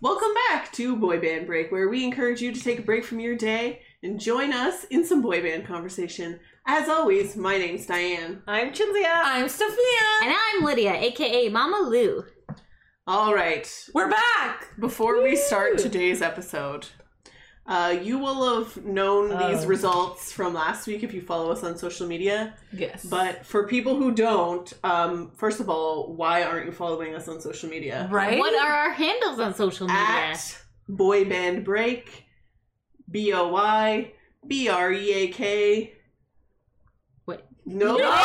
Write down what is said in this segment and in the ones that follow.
Welcome back to Boy Band Break, where we encourage you to take a break from your day and join us in some boy band conversation. As always, my name's Diane. I'm Chinzia. I'm Sophia. And I'm Lydia, aka Mama Lou. All right, We're back. before we start today's episode, uh, you will have known these Oh. results from last week if you follow us on social media. Yes. But for people who don't, um, first of all, why aren't you following us on social uh, media? right? What are our handles on social media? At Boy Band Break, B O Y B R E A K. Wait. No.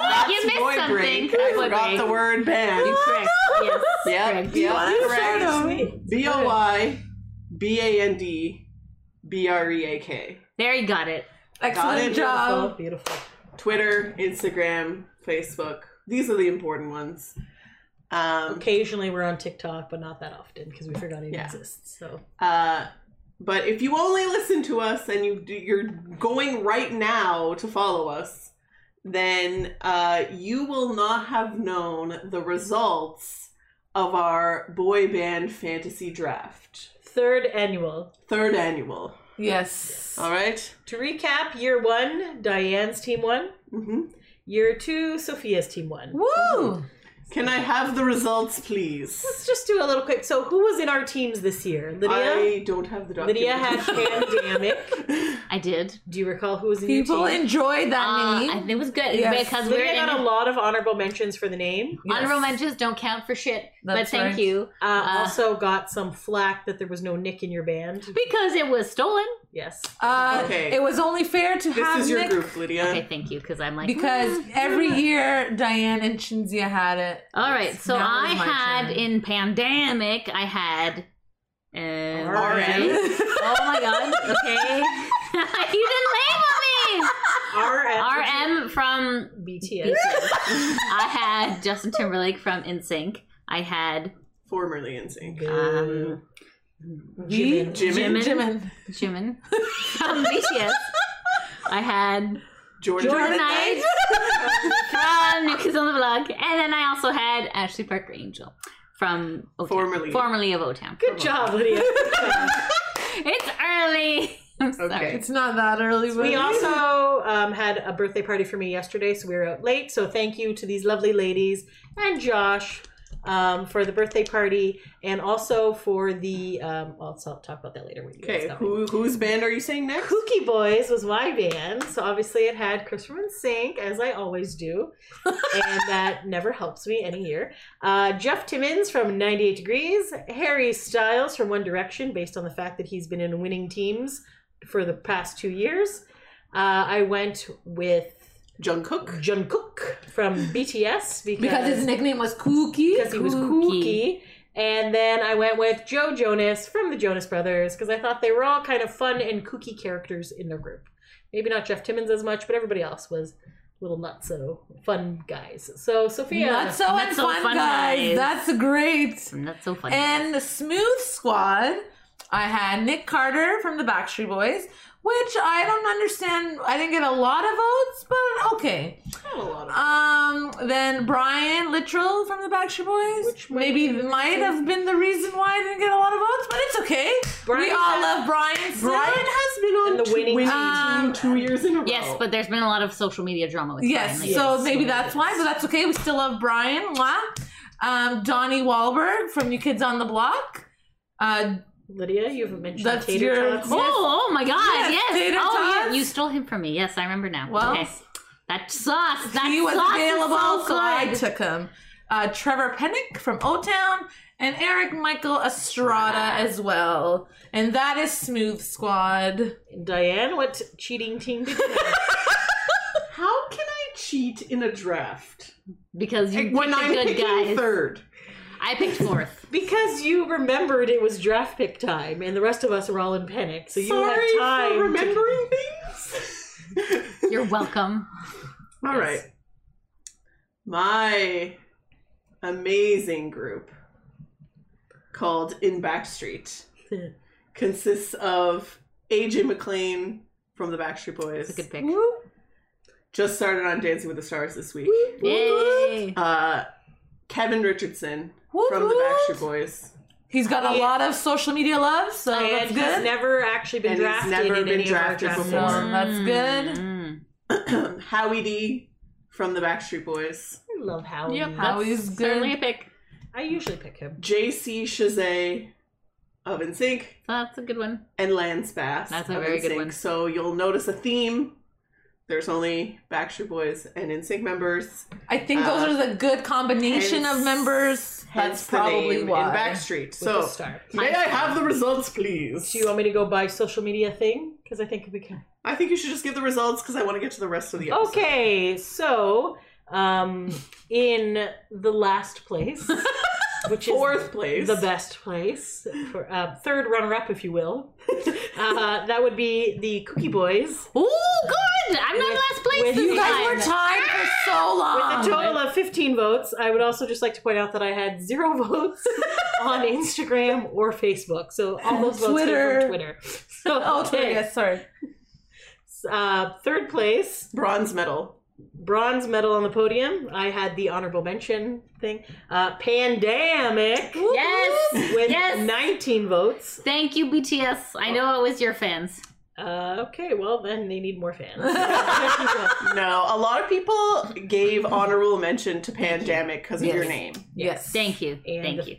No! That's You missed boy something. break. Boy I forgot break. the word band. You correct. Yes. Yep. correct. Yep. Shout Correct. out. B O Y B A N D B R E A K. There you got it. Got it. Excellent job. Beautiful. Twitter, Instagram, Facebook. These are the important ones. Um, Occasionally we're on TikTok, but not that often because we forgot it Yeah. exists. So Uh, but if you only listen to us and you you're going right now to follow us, then uh, you will not have known the results of our boy band fantasy draft, third annual. third annual. Yes. All right? To recap, year one, Diane's team won. Mhm. Year two, Sophia's team won. Woo! Can I have the results, please? Let's just do a little quick. So who was in our teams this year? Lydia. I don't have the document. Lydia had pandemic. I did. Do you recall who was in People your team? enjoyed that Uh, I name. think it was good Yes. because we Lydia are got a in lot of honorable mentions for the name. Yes. honorable mentions don't count for shit. That's but thank right. you Uh, Uh. also got some flack that there was no Nick in your band. because it was stolen. Yes. Uh, Okay. It was only fair to This have is your Nick group, Lydia. Okay, thank you because I'm like because Mm-hmm. every year Diane and Chinzia had it. "Hmm." All right, so Now I it's my had turn. in pandemic. I had. Uh, All right. Oh my god. Okay. you didn't label me. RM. RM from BTS. I had Justin Timberlake from InSync. I had Formerly in sync. um, Jimin. Jimin. Jimin. Jimin. Jimin from BTS. I had Jordan. Jordan Knight from New Kids on the Block, and then I also had Ashley Parker Angel from O-Town. Formerly. formerly of O Town. Good job, Lydia. Good job. It's early. I'm sorry. Okay. It's not that early. We but- also um, had a birthday party for me yesterday, so we were out late. So thank you to these lovely ladies and Josh um, for the birthday party, and also for the. Um, well, so I'll talk about that later. When you guys Okay, got me. who, whose band are you saying next? Kooky Boys was my band, so obviously it had Chris from Sync, as I always do, and that never helps me any year. Uh, Jeff Timmons from 98 Degrees, Harry Styles from One Direction, based on the fact that he's been in winning teams for the past two years. Uh, I went with Jungkook. Jungkook from BTS because, because his nickname was Kookie. because he was kooky. Kooky. And then I went with Joe Jonas from the Jonas Brothers because I thought they were all kind of fun and kooky characters in their group. Maybe not Jeff Timmons as much, but everybody else was little nutso fun guys. So Sophia, Not so and Not so fun, fun, guys. guys. That's great. And That's so funny. And the Smooth Squad, I had Nick Carter from the Backstreet Boys, which I don't understand. I didn't get a lot of votes, but okay. Not a lot of Um, then Brian Littrell from the Backstreet Boys, Which might maybe might have been the reason why I didn't get a lot of votes, but it's okay. we Brian all has- love Brian. Still. Brian has been on And the two- winning winning team. team Uh, two years in a row. yes, but there's been a lot of social media drama with Yes, Brian lately. so Yes. maybe that's why, but that's okay. We still love Brian. Mwah. Um, Donnie Wahlberg from New Kids on the Block. Uh, Lydia, you haven't mentioned That's Tater your- Tots. Yes. Oh, oh my God! Yes, Yes. tater Oh, tots. you, you stole him from me. Yes, I remember now. Well, okay. That sauce. That he was sauce available, is so I so good. took him. Uh, Trevor Pennick from O Town and Eric Michael Estrada as well. And that is Smooth Squad. Diane, what cheating team did you have? how can I cheat in a draft because you when picked I'm the good picking guys. third? I picked fourth. because you remembered it was draft pick time, and the rest of us were all in panic. So you Sorry had time. for to- remembering things. You're welcome. All right, my amazing group called In Backstreet consists of AJ McLean from the Backstreet Boys. It's a good pick. Woo. Just started on Dancing with the Stars this week. Yay! Uh, Kevin Richardson Whoop, from the whoop. Backstreet Boys. He's got a Yeah. lot of social media love, so and that's he's good. never actually been And he's drafted. never in been any of our drafted drafts. before. So that's good. Mm. Howie D from the Backstreet Boys, I love Howie. Yep. Howie's that's good. Certainly a pick. I usually pick him. JC Shazay of NSYNC, That's a good one. and Lance Bass. That's a of very good NSYNC. one. So you'll notice a theme. There's only Backstreet Boys and NSYNC members. I think those Uh, are the good combination hence- of members. Hence That's the probably name in why. Backstreet. With so, So star. may I have the results, please? Do you want me to go by social media thing? Because I think we can. I think you should just give the results because I want to get to the rest of the episode. Okay, so um, in the last place, which is Fourth place. the best place for uh, third runner-up, if you will, uh, that would be the Cookie Boys Ooh, good. I'm not With- last place with- this You guys time. were tied for so long. with a total of 15 votes. I would also just like to point out that I had zero votes on Instagram or Facebook, so all those votes came Twitter. from Twitter. So oh, Twitter, yes, sorry. uh, third place Bronze medal. bronze medal on the podium. I had the honorable mention thing. Uh, pandemic Yes. with Yes. 19 votes. Thank you, BTS. I know it was your fans. Uh, okay, well then they need more fans. Thank No, a lot of people gave honorable mention to Pandemic because of your Yes. name. Yes. Thank you. And thank the you.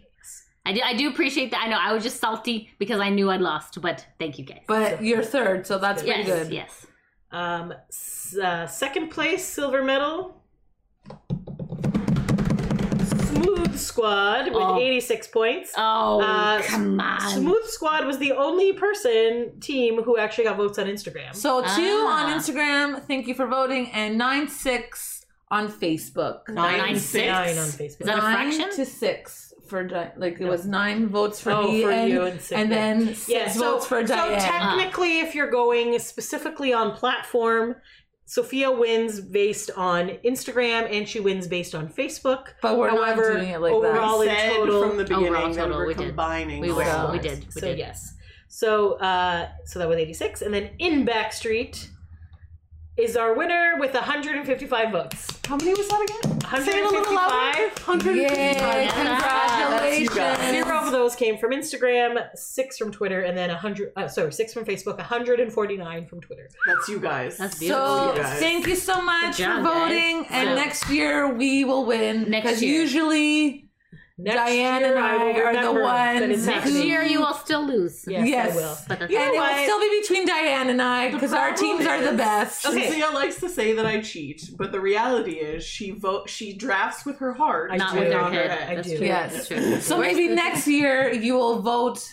I do, I do appreciate that. I know I was just salty because I knew I'd lost, but thank you guys. But you're third, so that's pretty yes, good. yes. you. um, s- uh, second place silver medal. Smooth Squad with Oh. 86 points. Oh, Uh, come on. Smooth Squad was the only person team who actually got votes on Instagram. So two Ah. on Instagram, thank you for voting, and nine six on Facebook. Nine, six. nine on Facebook. Is that a Nine fraction? to six for Di- like it was nine votes for Oh, me for and, you and six. and then six votes for Diane. So Uh. technically, if you're going specifically on platform, Sophia wins based on Instagram and she wins based on Facebook. but we're However, not doing it like All overall- All in said total- from the Oh, beginning we're all that total, we were we did. combining. We all were. sides. We did. We so did. yes. So uh, so that was 86, and then in Backstreet is our winner with 155 votes. How many was that again? Say it a little louder. 155. that. 100. Yay! That's you guys. Congratulations. Zero of those came from Instagram, six from Twitter, and then 100. Uh, sorry, six from Facebook, 149 from Twitter. That's you guys. That's beautiful. So You guys. thank you so much Good job, for voting, guys. and Wow. next year we will win. Next Because year. usually, Next Diane year, and will I are the remember that ones it's who- Next happening. year you will still lose. Yes, Yes. I will. But that's and it what? will still be between Diane and I because our problem teams are the is- best. Okay. Cynthia likes to say that I cheat, but the reality is she vote she drafts with her heart, I not do. with not their her head. head. That's I do. true. Yes. That's true. So Where's maybe the- next year you will vote.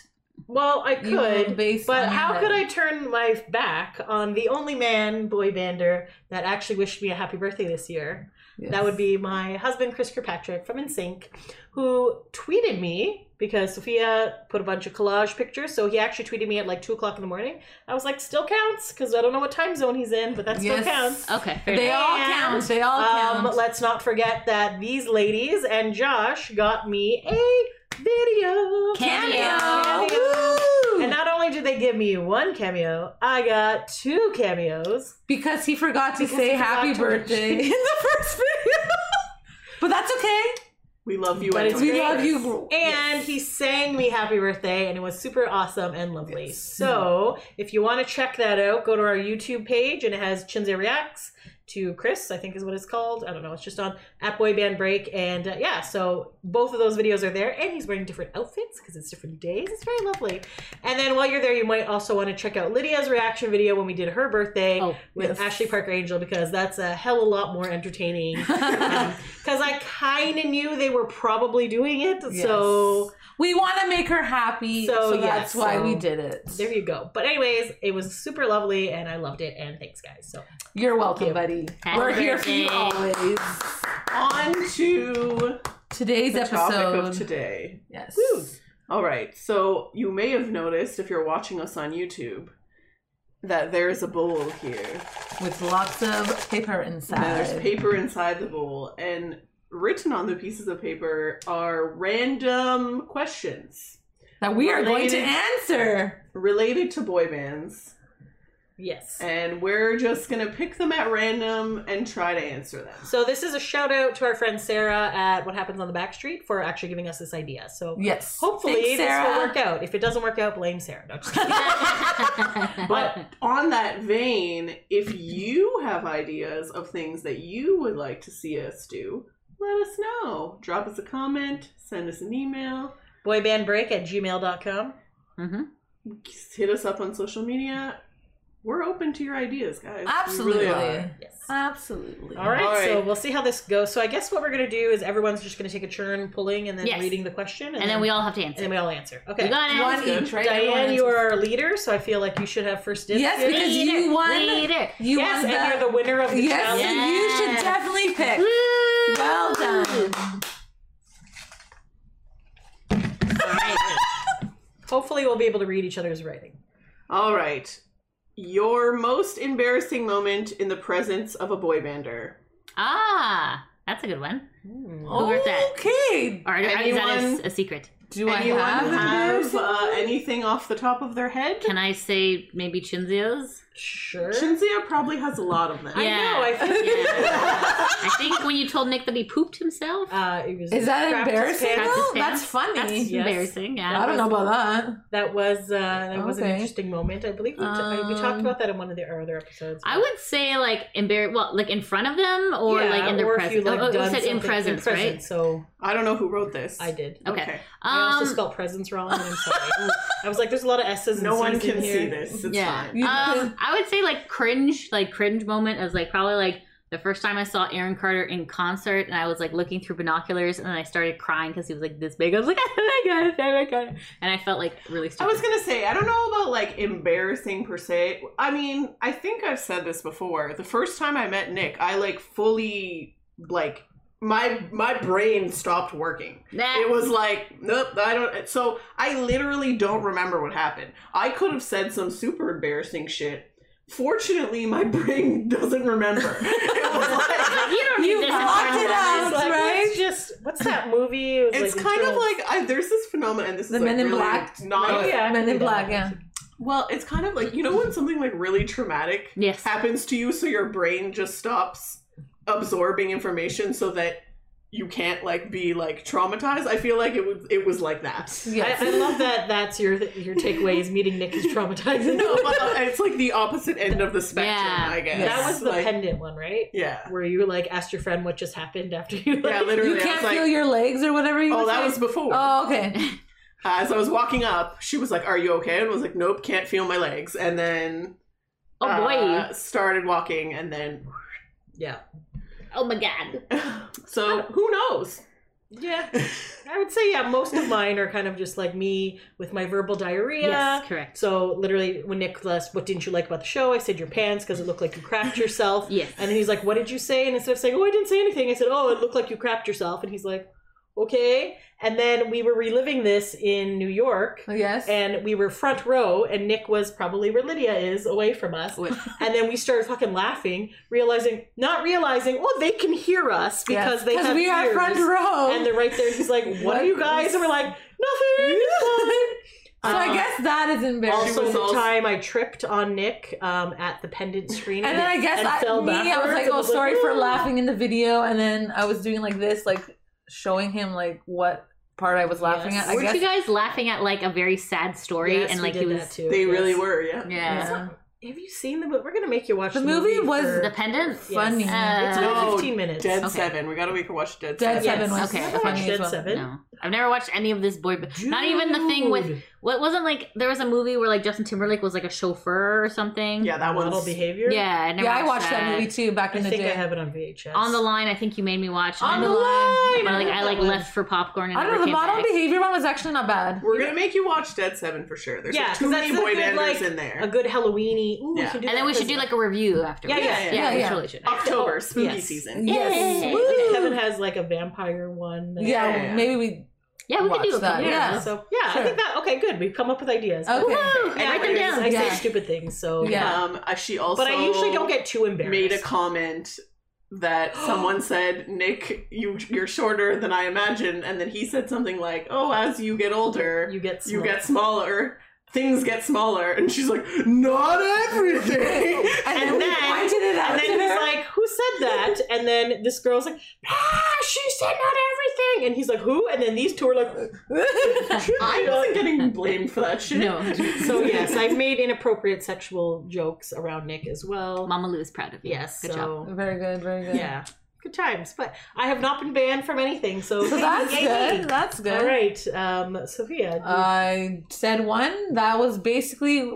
Well, I You will could, base but on how that. could I turn my back on the only man, boy bander, that actually wished me a happy birthday this year? That would be my husband, Chris Kirkpatrick from InSync, who tweeted me because Sophia put a bunch of collage pictures. So he actually tweeted me at like two o'clock in the morning. I was like, still counts because I don't know what time zone he's in, but that still Yes. counts. Okay. fair They enough. all And, count. They all Um, count. let's not forget that these ladies and Josh got me a video. Cameo. Cameo. And not only did they give me one cameo, I got two cameos. because he forgot to Because say he forgot happy to- birthday in the first video. but that's okay. We love you. But it's anyway. We love Yes. you. And he sang me happy birthday, and it was super awesome and lovely. So, if you want to check that out, go to our YouTube page, and it has Chinze Reacts to Chris, I think is what it's called. I don't know. It's just on at Boy Band Break. And uh, yeah, so both of those videos are there, and he's wearing different outfits because it's different days. It's very lovely. And then while you're there, you might also want to check out Lydia's reaction video when we did her birthday Oh, with yes. Ashley Parker Angel because that's a hell of a lot more entertaining. Because I kind of knew they were probably doing it, so we want to make her happy, So, so, yes, that's why so- we did it. there you go. But anyways, it was super lovely, and I loved it. And thanks, guys. So You're welcome, you. buddy. Happy We're here for you birthday. always. on to Today's the topic episode. of today. Yes. Woo. All right. So you may have noticed if you're watching us on YouTube that there's a bowl here. With lots of paper inside. There's paper inside the bowl, and written on the pieces of paper are random questions that we are going to related- answer. related to boy bands Yes. and we're just gonna pick them at random and try to answer them. So this is a shout out to our friend Sarah at What Happens on the Back Street for actually giving us this idea. So Yes. hopefully Thanks, this Sarah. will work out. If it doesn't work out, blame Sarah. No, just kidding. But on that vein, if you have ideas of things that you would like to see us do, let us know. Drop us a comment, send us an email, Boybandbreak at gmail.com. hmm hit us up on social media. We're open to your ideas, guys. We really Absolutely. are. Yes. Absolutely. All right, All right. so we'll see how this goes. So I guess what we're gonna do is everyone's just gonna take a turn pulling and then Yes. reading the question, and then we all have to answer. and then we all answer. We Okay, got it. One each, right? Diane, Everyone- you are our leader, so I feel like you should have first dibs. Yes, here. because you Leader, won. Leader. You yes, won and the- you're the winner of the Yes, challenge. you should definitely pick. Well done. All right. Hopefully, we'll be able to read each other's writing. All right. Your most embarrassing moment in the presence of a boy bander. Ah, that's a good one. Who wrote that? Okay. Or is that Anyone? a, a secret? Do Anyone I have, have, embarrassing uh, moments? anything off the top of their head? Can I say maybe Chinzio's? Sure. Shinzia probably has a lot of them. I know. I think Yeah. I think when you told Nick that he pooped himself, uh, it was. Is that Trapped his embarrassing? pants. Trapped his though? pants. Oh, That's funny. that's yes. embarrassing. Yeah. I don't know about that. That was uh, that was an Okay. interesting moment. I believe we, t- I- we talked Um, about that in one of the our other episodes. I would say like embarrassed, well, like in front of them or Yeah, like in their or if presence. you, like, oh, oh, you done said in something presence, presence, right? So I don't know who wrote this. I did. Okay. I also Um, spelled presents wrong. And I'm sorry. I was like, there's a lot of S's. And No one C's in can here. see this. It's yeah. fine. You Um, could- I would say like cringe, like cringe moment is like probably like the first time I saw Aaron Carter in concert and I was like looking through binoculars and then I started crying because he was like this big. I was like, oh my god, oh my god. And I felt like really I stupid. was gonna say I don't know about like embarrassing per se. I mean, I think I've said this before. The first time I met Nick, I like fully like my my brain stopped working. Nah. It was like nope, I don't. So I literally don't remember what happened. I could have said some super embarrassing shit. Fortunately, my brain doesn't remember. It was like, you don't need You this. in blocked front of it us. out. It's like, right? It's just what's that movie? It was It's like kind of Eternal- like I, there's this phenomenon. This The is like Men in really Black- Not Oh, yeah, I Men can in do that. Black, yeah. well. It's kind of like you know when something like really traumatic Yes. happens to you, so your brain just stops absorbing information, so that you can't like be like traumatized. I feel like it was it was like that. Yes. I, I love that. That's your your takeaway is meeting Nick is traumatizing. No, but uh, it's like the opposite end of the spectrum. Yeah. I guess that was the like, pendant one, right? Yeah, Where you like asked your friend what just happened after you. Like, yeah. Literally, you I can't was like, feel your legs or whatever you oh, were that saying? was before. Oh, okay. Uh, as I was walking up, she was like, "Are you okay?" And I was like, "Nope, can't feel my legs." And then Oh boy. uh, started walking and then yeah. oh my god. so who knows Yeah. I would say yeah. Most of mine are kind of just like me with my verbal diarrhea. Yes, correct. So literally, when Nick asked, "What didn't you like about the show?" I said, "Your pants," because it looked like you crapped yourself. Yes. And then he's like, "What did you say?" And instead of saying, "Oh, I didn't say anything," I said, "Oh, it looked like you crapped yourself." And he's like, "Okay." And then we were reliving this in New York, Oh, Yes. and we were front row, and Nick was probably where Lydia is, away from us. Wait. And then we started fucking laughing, realizing, not realizing, oh, they can hear us because they have we are ears. front row. And they're right there. He's like, "What, What are you guys?" is- And we're like, "Nothing." so I Uh, guess that is embarrassing. also was the also- time I tripped on Nick um, at the pendant screen, and then I guess and I, fell me, I was backwards like, and oh, sorry for "Ah." laughing in the video. And then I was doing like this, like showing him like what part I was laughing Yes. at. I Weren't guess. you guys laughing at like a very sad story Yes, and we like did he that was too. they yes. really were yeah, yeah. Yeah. Have you seen the movie? We're gonna make you watch The the, movie was for- The pendant? Yes. Funny. Uh, It's No, only fifteen minutes. dead Okay. seven we gotta make her watch dead, Dead seven Seven was Okay, funny okay. Watch as Dead well. Seven. No, I've never watched any of this boy. Not even the thing with Dude. what wasn't like there was a movie where like Justin Timberlake was like a chauffeur or something. yeah that model one's behavior. yeah. I never Yeah, I watched that movie too back I in the think I day. have it on VHS. On the line, I think you made me watch. On and the then- line. but, like I I like left for popcorn. And I don't know. never The came model back. behavior one was actually not bad. we're gonna make you watch dead seven for sure there's Yeah, like, 'cause too many that's a boy good, banders like, in there a good Halloween-y. Ooh, we Yeah. should do And then that we should for- do like a review afterwards. Yeah, yeah, yeah. yeah, we yeah. totally should. october spooky yes. season Yes. Yay. Woo. Kevin has like a vampire one. Yeah, Yeah, yeah. maybe we. Yeah, we could do Watch a that, couple. yeah. So yeah, Sure. I think that okay. Good. We've come up with ideas. Okay. Woohoo! Yeah, Write them I down. say Yeah. stupid things. So Yeah. um uh, she also But I usually don't get too embarrassed. made a comment that someone said nick you you're shorter than i imagined and then he said something like oh as you get older You get you small. get smaller things get smaller, and she's like, "Not everything." And, And then, we then- pointed it out And then to he's her. like, "Who said that?" And then this girl's like, "Ah, she said not everything." And he's like, "Who?" And then these two are like, I wasn't getting blamed for that shit. No. "So yes, I've made inappropriate sexual jokes around Nick as well." Mama Lou is proud of you. Yes, Good so, job. very good, very good. Yeah, good times. But I have not been banned from anything, so, So that's yay. good. That's good. Uh, All right, um, Sophia. I said one that was basically.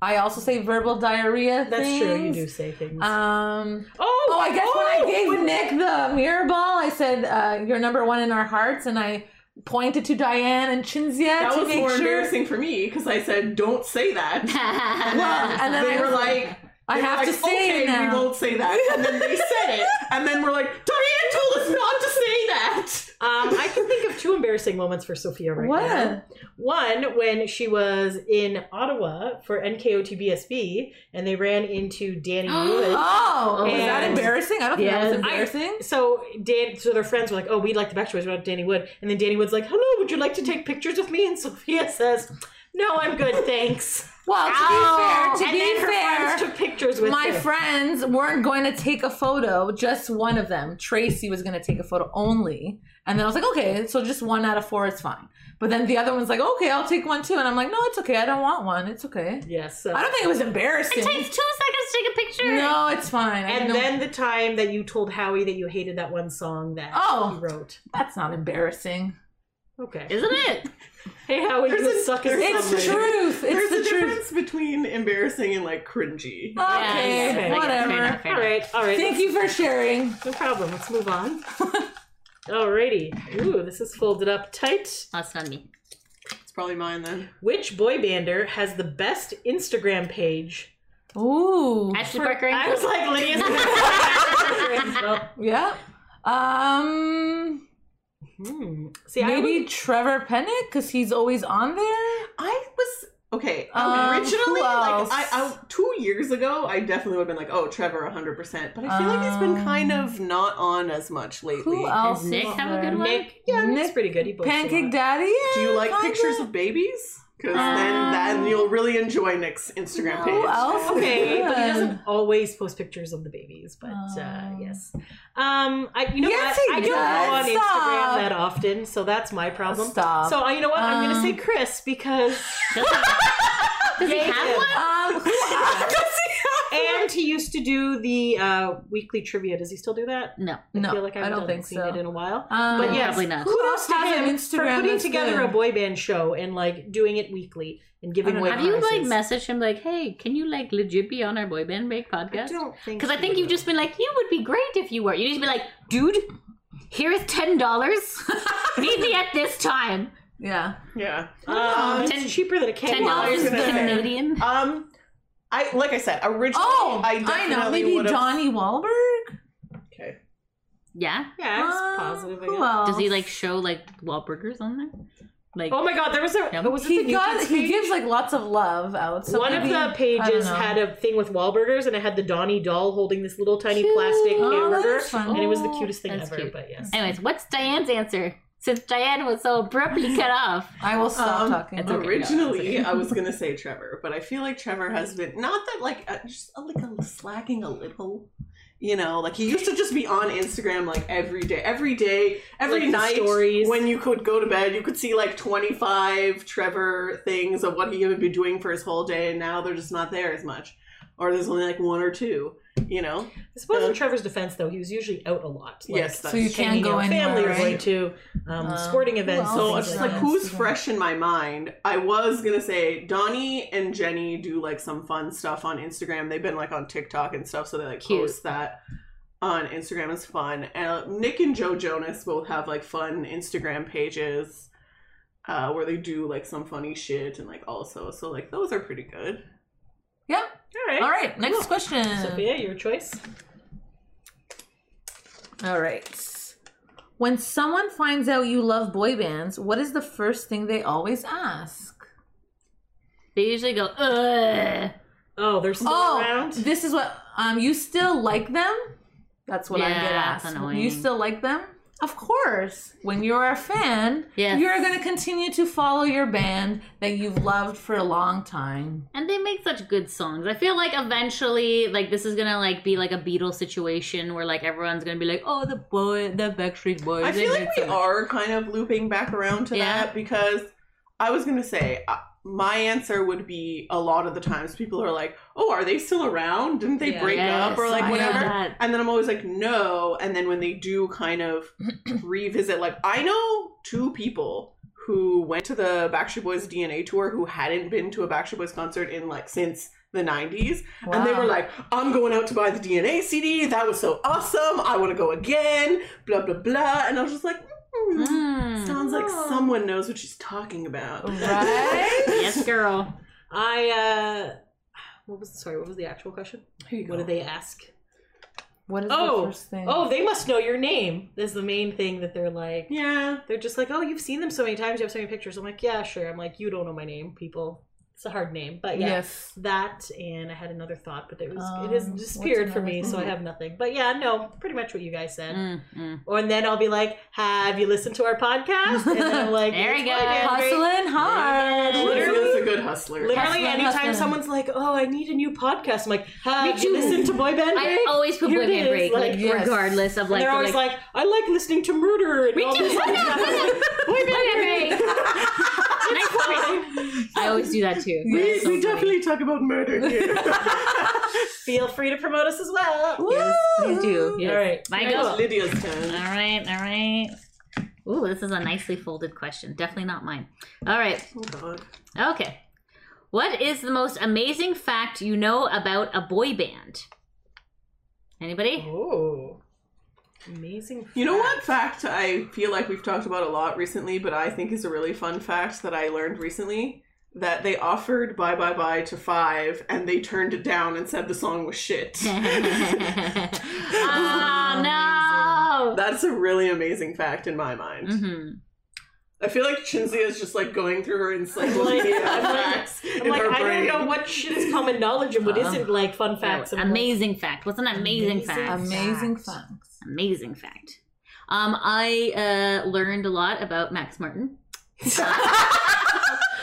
I also say verbal diarrhea. that's true. You things. do say things. Um. oh, Oh, I guess oh, when I gave when- Nick the mirror ball, I said, uh, "You're number one in our hearts," and I pointed to Diane and Chinzia That to was make more sure. embarrassing for me because I said, "Don't say that." Well, and then they I were was like, I they were have to like, say okay, it now. we won't say that. And then they said it, and then we're like, Diane told us not to say that. Um, I can think of two embarrassing moments for Sophia right what? now. One, when she was in Ottawa for NKOTBSB and they ran into Danny Wood. Oh, was that And- embarrassing? I don't think that was Yes. I- embarrassing. So Dan, so their friends were like, "Oh, we'd like the Backstreet Boys without Danny Wood," and then Danny Wood's like, "Hello, would you like to take pictures with me?" And Sophia says, "No, I'm good, thanks." well, to Ow. be fair, to Oh, and be then her fair, friends took pictures with my her. friends weren't going to take a photo just one of them tracy was going to take a photo only and then i was like okay so just one out of four is fine but then the other one's like okay i'll take one too and i'm like no it's okay i don't want one it's okay Yes. so- i don't think it was it embarrassing takes two seconds to take a picture. no it's fine I and know- then the time that you told Howie that you hated that one song that Oh. he wrote. that's not embarrassing Okay. Isn't it? Hey Howie, There's you a- suck as a it's songwriter. the truth it's There's the a truth difference between embarrassing and like cringy. okay yeah, I yeah, guess. Fair whatever enough, fair All enough. right. All right. thank you for sharing No problem. Let's move on. Alrighty. Ooh, this is folded up tight. That's not me. It's probably mine then. Which boy bander has the best Instagram page? ooh Ashley Parker. I was like, Lydia's gonna Well, yeah um hmm. See, I Maybe would- Trevor Pennick because he's always on there. I was okay. Um, originally, who like else? I, I two years ago, I definitely would have been like, "Oh, Trevor, 100." percent But I feel like he's been Um, kind of not on as much lately. Who else? Nick is have a there? good one? Nick. Yeah, Nick's Nick pretty good. He posts a Pancake lot. Daddy. Do you like Kinda. pictures of babies? Because then, then Um, you'll really enjoy Nick's Instagram page. Who else? is Okay, but good? he doesn't always post pictures of the babies. But uh, Oh. yes, um, I you know Yes, what? he I don't go on does. Instagram Stop. that often, so that's my problem. Stop. So uh, you know what? I'm gonna Um, say Chris because Does he, does he Yeah, yeah. have one? um, who else? and he used to do the uh, weekly trivia. Does he still do that? No. no, I, feel like I, don't haven't think seen so. it in a while. Um, But yeah. yes, Probably not. kudos to Who else has him an for Instagram putting that's together good? a boy band show and like doing it weekly and giving I don't away. Have you like prizes. messaged him like, hey, can you like legit be on our boy band break I podcast? don't think Because I he think would. you've just been like, you would be great if you were. You need to be like, dude, here is ten dollars. Meet me at this time. yeah. Yeah. Um, Ten- it's cheaper than a Ten candy bar. dollars was is gonna say. Canadian. Um, I like I said originally. Oh, I, I, definitely know. Maybe would've- Donnie Wahlberg. Okay. Yeah. Yeah, it's Um, positive. I Who guess. else? Does he like show like Wahlburgers on there? Like Oh my god, there was a. Yeah. What was it, He the got. Newton's He page? gives like lots of love out. So One maybe- of the I don't pages know. had a thing with Wahlburgers, and it had the Donnie doll holding this little tiny Cute. plastic Oh, hamburger, that's fun. and it was the Oh, cutest thing that's ever. cute. But yes, Anyways, what's Diane's answer? Since Diane was so abruptly cut off. I will stop Um, talking. It's okay. Originally, I was gonna say Trevor, but I feel like Trevor has been not that like uh, just uh, like a, slacking a little. You know, like he used to just be on Instagram like every day, every day, every Like the night. stories. When you could go to bed, you could see like twenty five Trevor things of what he would be doing for his whole day, and now they're just not there as much, or there's only like one or two. You know, I suppose Uh, in Trevor's defense, though, he was usually out a lot. Like, yes, that's so you can't hanging go out, anywhere. family right? away to um, Um, sporting who events. else So Oh, it's things just yeah. like, who's Yeah. fresh in my mind? I was gonna say Donnie and Jenny do like some fun stuff on Instagram. They've been like on TikTok and stuff, so they like Cute. post that on Instagram. It's fun. And uh, Nick and Joe Jonas both have like fun Instagram pages uh, where they do like some funny shit and like also so like those are pretty good. Yeah. All All right, right. Next question. Sophia, your choice. All right. When someone finds out you love boy bands, what is the first thing they always ask? They usually go, ugh. Oh, they're still oh, around. this is what um you still like them? That's what I Yeah, get that's asked. annoying. You still like them? Of course, when you're a fan, Yes. you're going to continue to follow your band that you've loved for a long time. And they make such good songs. I feel like eventually, like this is gonna like be like a Beatles situation where like everyone's gonna be like, oh, the boy, the Backstreet Boys. I they feel like made we so- are kind of looping back around to Yeah. that because I was going to say uh, my answer would be a lot of the times people are like, "Oh, are they still around? Didn't they Yeah. break Yes, up or I like know whatever?" that. And then I'm always like, "No." And then when they do kind of revisit like I know two people who went to the Backstreet Boys DNA tour who hadn't been to a Backstreet Boys concert in like since the 90s and they Wow. were like, I'm going out to buy the DNA CD. That was so awesome. I want to go again. Blah, blah, blah. And I was just like, "Hmm, Mm. sounds like someone knows what she's talking about. Right? yes, girl. I uh what was sorry, what was the actual question? What did they ask? What is Oh, the first thing? Oh, they must know your name. Is the main thing that they're like. Yeah. They're just like, oh, you've seen them so many times. You have so many pictures. I'm like, yeah, sure. I'm like, you don't know my name, people. It's a hard name, but yeah. yes. That and I had another thought, but it was it Um, has what's disappeared for me, another so I thing? have nothing. But yeah, no, pretty much what you guys said. Mm, mm. Or and then I'll be like, have you listened to our podcast? And then I'm like, There you "It's go. my band, right?" Hustling hard. Literally, is a good hustler. Literally, Hustling, anytime hustling. someone's like, "Oh, I need a new podcast," I'm like, "Have you too. listened to Boy Band I Break?" always put Here Boy it Band is, Break, like, like, yes. regardless of and like. they're always like, like, "I like listening to murder." And me all too. this other stuff." Boy Band Break. Nice point. I always do that too. we, That's so we funny. definitely talk about murder here. Feel free to promote us as well. Yes, please do. Yes. All right, My Here we go. go. it's Lydia's All turn. right, all right. Ooh, this is a nicely folded question. Definitely not mine. All right, Oh, God. okay. What is the most amazing fact you know about a boy band? Anybody? Oh, amazing! You know fact. what fact I feel like we've talked about a lot recently, but I think is a really fun fact that I learned recently? That they offered Bye Bye Bye to Five and they turned it down and said the song was shit. Um, oh no! That's a really amazing fact in my mind. Mm-hmm. hmm I feel like Chinzia is just like going through her I'm encyclopedia like- of facts I'm in like, her I brain. don't know what shit is common knowledge and what Uh-huh. not like fun facts. and I'm like, Amazing fact. What's an amazing, Amazing fact? Amazing facts. Amazing fact. Um, I uh, learned a lot about Max Martin.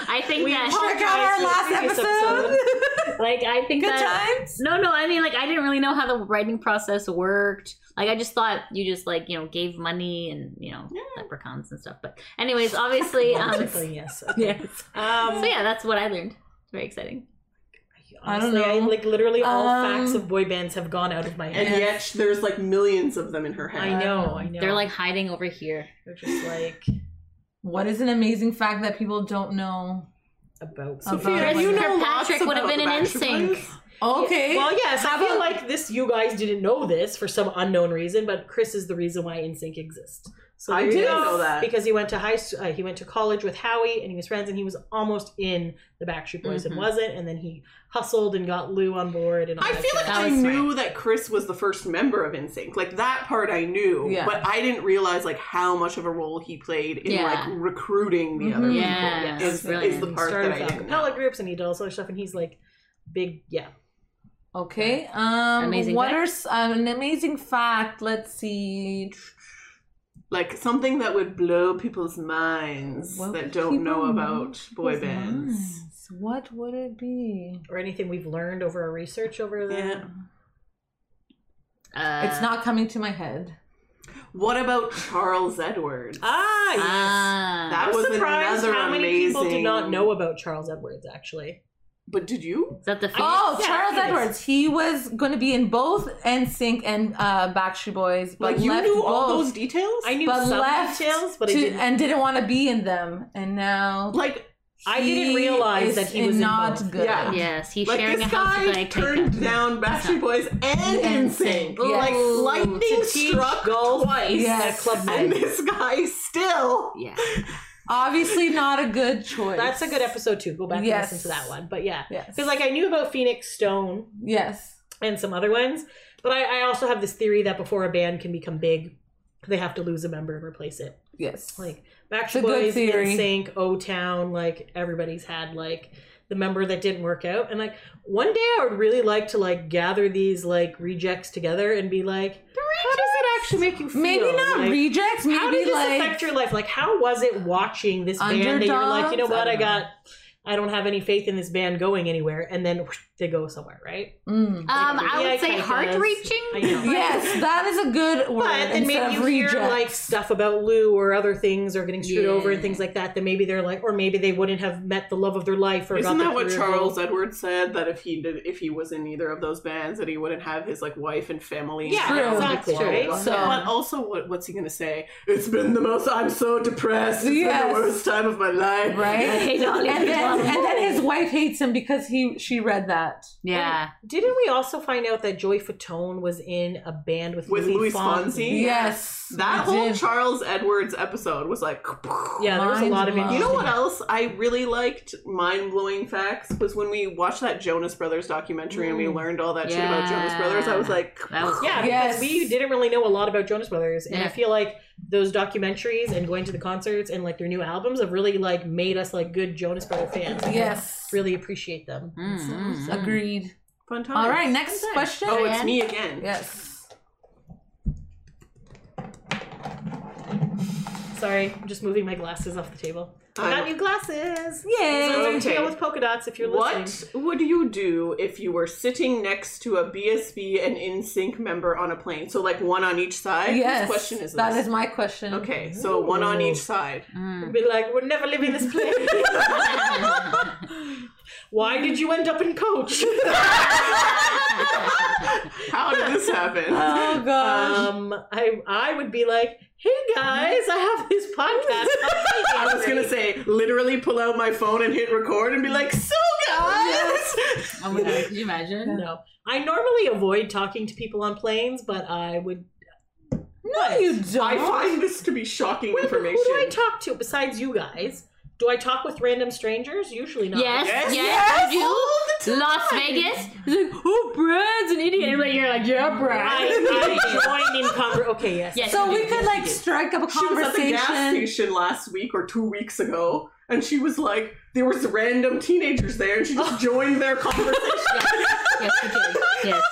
I think We that are- Check out Oh our last Previous episode. like I think Good that times. No, no, I mean, like, I didn't really know how the writing process worked. Like, I just thought you just, like, you know, gave money and, you know, Yeah. leprechauns and stuff. But, anyways, obviously, um, Multiple, yes. yes. Um, So, yeah, that's what I learned. It's very exciting. I don't honestly, know. like literally all Um, facts of boy bands have gone out of my And head. yet there's like millions of them in her I head. know, I know. They're, like, hiding over here. they're just like What is an amazing fact that people don't know? about. About- Sophia, Like, you know Kirkpatrick lots would've about been the an Backstreet NSYNC. Boys. Okay. Well, yes, I How feel about- like this. You guys didn't know this for some unknown reason, but Chris is the reason why NSYNC exists. So I there you didn't go. know that. because he went to high, s- uh, he went to college with Howie, and he was friends, and he was almost in the Backstreet Boys Mhm. and wasn't, and then he hustled and got Lou on board, and all Mm-hmm. I that feel jazz. like That I was knew that Chris was the first member of NSYNC. Like that part I knew, Yeah. but I didn't realize like how much of a role he played in Yeah. like recruiting the other Mhm. Yeah, people. Is, it's really is the nice. part started that with I didn't know. acapella groups, and he did all this other stuff, and he's like big, yeah. Okay. Um, Amazing what fact. are s- um, an amazing fact? Let's see. Like something that would blow people's minds What that would don't know people about know boy was bands. nice? What would it be? Or anything we've learned over our research over the. Yeah. Uh, it's not coming to my head. What about Charles Edwards? Ah, yes. Ah. That I'm was surprised another how many people did amazing- not know about Charles Edwards. Actually, but did you? Is that the fa- Oh, yeah, Charles it is. Edwards. He was going to be in both NSYNC and uh, Backstreet Boys, but Like you left knew both, all those details? I knew but some left details, but I to- didn't. and didn't want to be in them. And now like I he didn't realize is that he was in not both. good. Yeah. Yes, he's like sharing this a house guy with a turned down Backstreet Boys and NSYNC. NSYNC, Like yes. lightning To teach struck golf twice. Yes. at Club And Med. this guy still. Yeah. Obviously, not a good choice. That's a good episode too. Go back Yes. and listen to that one. But yeah, Yes. because like I knew about Phoenix Stone yes. and some other ones, but I, I also have this theory that before a band can become big, they have to lose a member and replace it. Yes. Like a Backstreet good Boys, theory. NSYNC, O Town, like everybody's had like the member that didn't work out. And like one day I would really like to like gather these like rejects together and be like, how does it actually make you feel? Maybe not Like, rejects. Maybe how did this like affect your life? Like, how was it watching this band that you're like, you know Underdogs? I what, I, don't know. got, I don't have any faith in this band going anywhere, and then whoosh, they go somewhere, right? Mm. Um, I Yeah, would say kinda. heart I reaching. know. yes, that is a good word But it instead made of you reject. hear like stuff about Lou or other things or getting screwed Yeah. over and things like that. That maybe they're like, or maybe they wouldn't have met the love of their life. Or Isn't got the that what career Charles goal. Edwards said? That if he did, if he was in either of those bands, that he wouldn't have his like wife and family. Yeah, True. exactly. True. Right? So- But also, what, what's he gonna say? It's been the most. I'm so depressed. It's Yes. been the worst time of my life. Right? hate all these and then people. and then his wife hates him because he she read that. Yeah. Didn't we also find out that Joy Fatone was in a band with, With Luis Fonsi? Yes, That I whole did. Charles Edwards episode was like. Yeah, there was a Mind lot of blown. You know interesting- what else I really liked? Mind blowing facts was when we watched that Jonas Brothers documentary and we Mm. learned all that shit about Jonas Brothers. I was Yeah. like, That was- Yeah, Yes. because we didn't really know a lot about Jonas Brothers, and I Yeah. feel like those documentaries and going to the concerts and like their new albums have really like made us like good Jonas Brother fans. and Yes, really appreciate them. Mm, mm, mm. agreed. fun time. All right, next question. Oh, it's Diane? me again. Yes. Sorry, I'm just moving my glasses off the table. I I'm- got new glasses. Yay! So Okay. okay. with polka dots if you're listening. What would you do if you were sitting next to a BSB and InSync member on a plane? So like one on each side. Yes. Whose question is this? That is my question. okay. So one on Ooh. each side. Mm. Be like, we're never leaving this place. Why did you end up in coach? How did this happen? Oh gosh. um, I I would be like, hey guys, I have this podcast. I was gonna say literally pull out my phone and hit record and be like, "So guys, oh my god, could you imagine? No, I normally avoid talking to people on planes, but I would. no, you don't. I find this to be shocking information." Who do I talk to besides you guys? Do I talk with random strangers? Usually not. Yes, Yes, yes, yes, you do. all the Las time. Vegas. He's like, oh, Brad's an idiot. And like, you're like, yeah, Brad. I, I join in conver Okay, yes. Yes, so you we do, could yes, you like do. strike up a She was at the gas conversation. station last week or two weeks ago, and she was like, there was random teenagers there, and she just joined their conversation. yes, you did. Yes.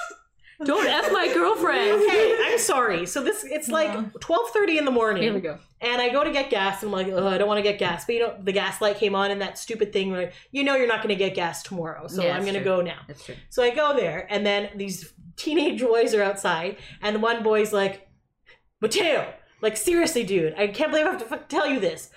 Don't f my girlfriend. Okay, I'm sorry. So this it's like No. 12:30 in the Uh-huh. morning. Here we go. And I go to get gas, and I'm like, oh, I don't want to get gas. But you know, the gas light came on, and that stupid thing where you know you're not going to get gas tomorrow, so Yeah, I'm that's going to true. go now. That's true. So I go there, and then these teenage boys are outside, and one boy's like, Mateo, like seriously, dude, I can't believe I have to fuck tell you this.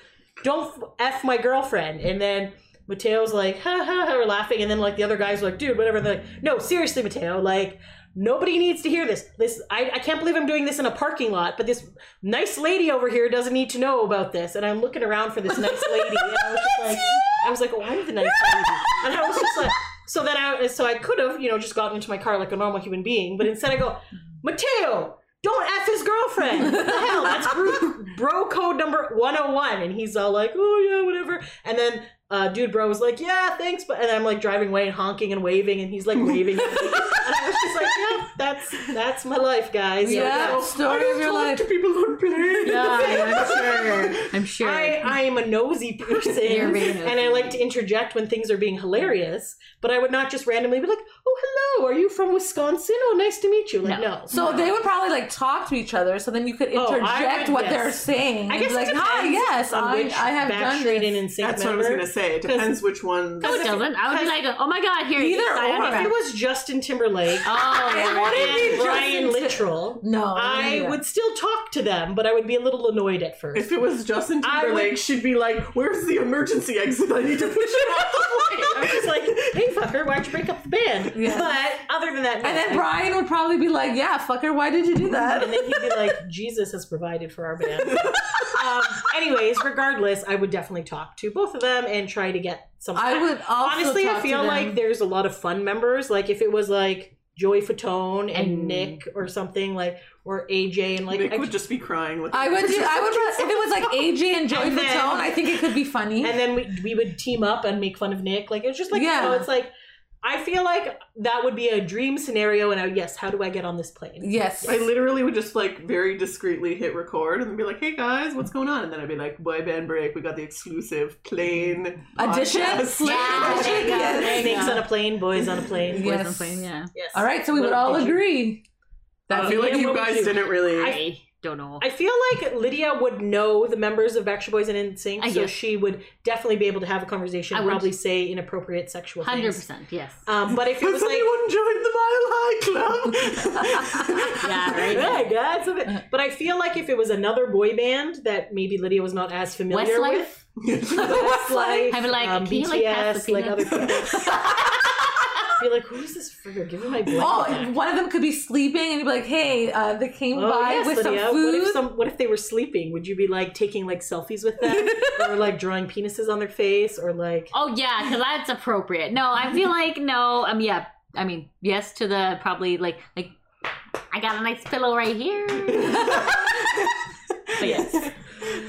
Don't f my girlfriend. And then Mateo's like, ha ha, ha we're laughing, and then like the other guys are like, dude, whatever. They're like, no, seriously, Mateo, like. Nobody needs to hear this. This I, I can't believe I'm doing this in a parking lot, but this nice lady over here doesn't need to know about this. And I'm looking around for this nice lady. And I was just like, I was like, oh, I'm the nice lady. And I was just like, so then I so I could have, you know, just gotten into my car like a normal human being, but instead I go, Mateo, don't F his girlfriend. What the hell? That's bro, bro code number 101. And he's all like, oh yeah, whatever. And then uh, dude bro was like, yeah, thanks, but and I'm like driving away and honking and waving, and he's like waving. at me. and I was just like, yeah, that's that's my life, guys. So, Yeah. So, I Story don't of your talk life. to people on planes. Yeah, I'm sure. I'm sure. I, I am a nosy person You're very nosy. and I like to interject when things are being hilarious, but I would not just randomly be like, oh, hello, are you from Wisconsin? Oh, nice to meet you. Like, no. No. so they would probably like talk to each other. So then you could Oh, I interject would- what yes. they're saying. I and be guess like, it hi, depends yes, on I, which I have done Backstreet this. and NSYNC That's what I member. was gonna say. It depends which one. No, it doesn't. I would be like, oh my god, here. Either you sign or. up. If it was Justin Timberlake Oh, and Ryan Justin Tim- Littrell, No, I would still talk to them, but I would be a little annoyed at first. If it was Justin I Timberlake, would- she'd be like, "Where's the emergency exit? I need to push it off the plane." I was just like, hey, fucker, why'd you break up the band? Yeah. But other than that, no. And then Brian would probably be like, "Yeah, fucker, why did you do that?" and then he'd be like, Jesus has provided for our band. um, anyways, regardless, I would definitely talk to both of them and try to get some. I would also honestly, talk I to feel them. like there's a lot of fun members. Like if it was like Joy Fatone and Mm. Nick or something like, or AJ and like Nick I- would just be crying with. I would do. I would if it was like AJ and Joey And then- Fatone. I think it could be funny. and then we we would team up and make fun of Nick. Like it's just like Yeah. you know, it's like I feel like that would be a dream scenario. And I yes, how do I get on this plane? yes, I literally would just like very discreetly hit record and be like, "Hey guys, what's going on?" And then I'd be like, "Boy band break. We got the exclusive plane Audition? podcast." Yeah, Yeah, there you go, Yes. there you go. Snakes on a plane, boys on a plane. Yeah. Boys Yes. on plane, yeah. Yes. All right, so we would Little all pigeon. I agree. That's feel Yeah, like you what would guys you- didn't really. I, don't know. I feel like Lydia would know the members of Backstreet Boys and I NSYNC, so guess. she would definitely be able to have a conversation. Uh, I would. probably say inappropriate sexual Hundred things. percent, yes. Um, but if it was Has like, anyone joined the Mile High Club? Yeah, right. yeah, God, something. But I feel like if it was another boy band that maybe Lydia was not as familiar with, Westlife. Westlife, I'd be like, um, "Can you, like, pass BTS, the like, other peanuts?" people. be like, who is this frigger? Give me my blanket. Oh, and one of them could be sleeping and you'd be like, hey, uh, they came Oh, by yes, with Lydia. some What food. if some? What if they were sleeping? Would you be like taking like selfies with them, or like drawing penises on their face, or like? Oh yeah, because that's appropriate. No, I feel like no. Um, yeah. I mean, yes to the probably like like. I got a nice pillow right here. but yes,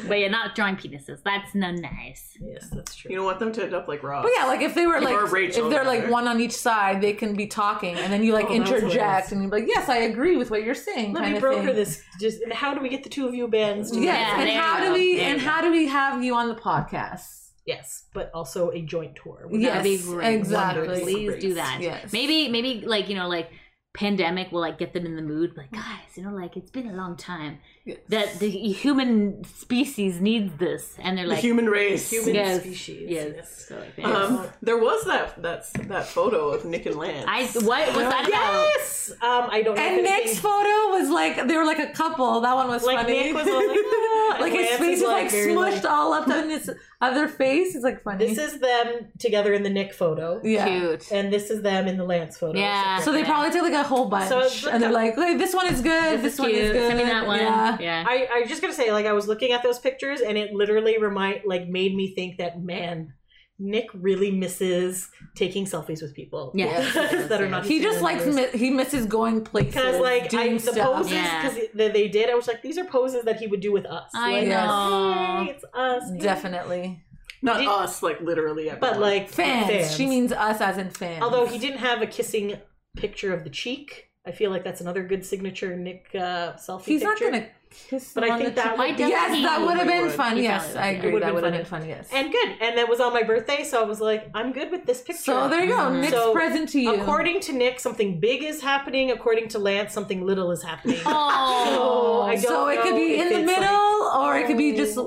but yeah, not drawing penises. That's not nice. Yes, that's true. you don't want them to end up like Ross. but yeah, like if they were Or like, Rachel if they're like rather. one on each side, they can be talking, and then you like Oh, that was interject, hilarious. and you're like, "Yes, I agree with what you're saying." Let kind me of broker thing. this. Just and how do we get the two of you bands? Yes, to- Yeah, and there how you do go. we There and you go. how do we have you on the podcast? Yes, but also a joint tour. Yes, That'd be great. exactly. Please do that. Yes. Maybe maybe like you know like pandemic will like get them in the mood. Like guys, you know like it's been a long time Yes. that the human species needs this, and they're the like human race. Human Yes, species. yes. So, like, Um, there was that that's that photo of Nick and Lance. I what was that about? Yes. Um, I don't. And know if Nick's anything- photo was like they were like a couple. That one was like funny. Nick was all like, "Ah," and Like, his Lance face is is like very, smushed all up in his other face. It's like funny. This is them together in the Nick photo, yeah. Cute. and this is them in the Lance photo. Yeah. So they probably took like a whole bunch, So it's like and they're a- like, "Wait, this one is good. This, This is one is cute. good. Send me that one. Yeah. I, I just gotta say, like, I was looking at those pictures, and it literally remind, like, made me think that man, Nick really misses taking selfies with people. Yeah. that are not. He just likes mi- he misses going places. Because like I, doing the stuff. poses Yeah. because that they did, I was like, these are poses that he would do with us. I like, know. "Hey, it's us. Definitely Not Did- us, like literally everyone. But like fans. She means us as in fans. Although he didn't have a kissing picture of the cheek, I feel like that's another good signature Nick uh, selfie. he's not picture. gonna kiss. But him I on think the that cheek. would be- yes, He that would have been would. fun. He Yes, probably I would. agree. It that would would've have been been fun. Yes. And good, and that was on my birthday, so I was like, I'm good with this picture. Mm-hmm. so there you go. Mhm. Nick's So, present to you. According to Nick, something big is happening. According to Lance, something little is happening. Oh, I don't so it could know be if in the it's, middle, like- or it could be just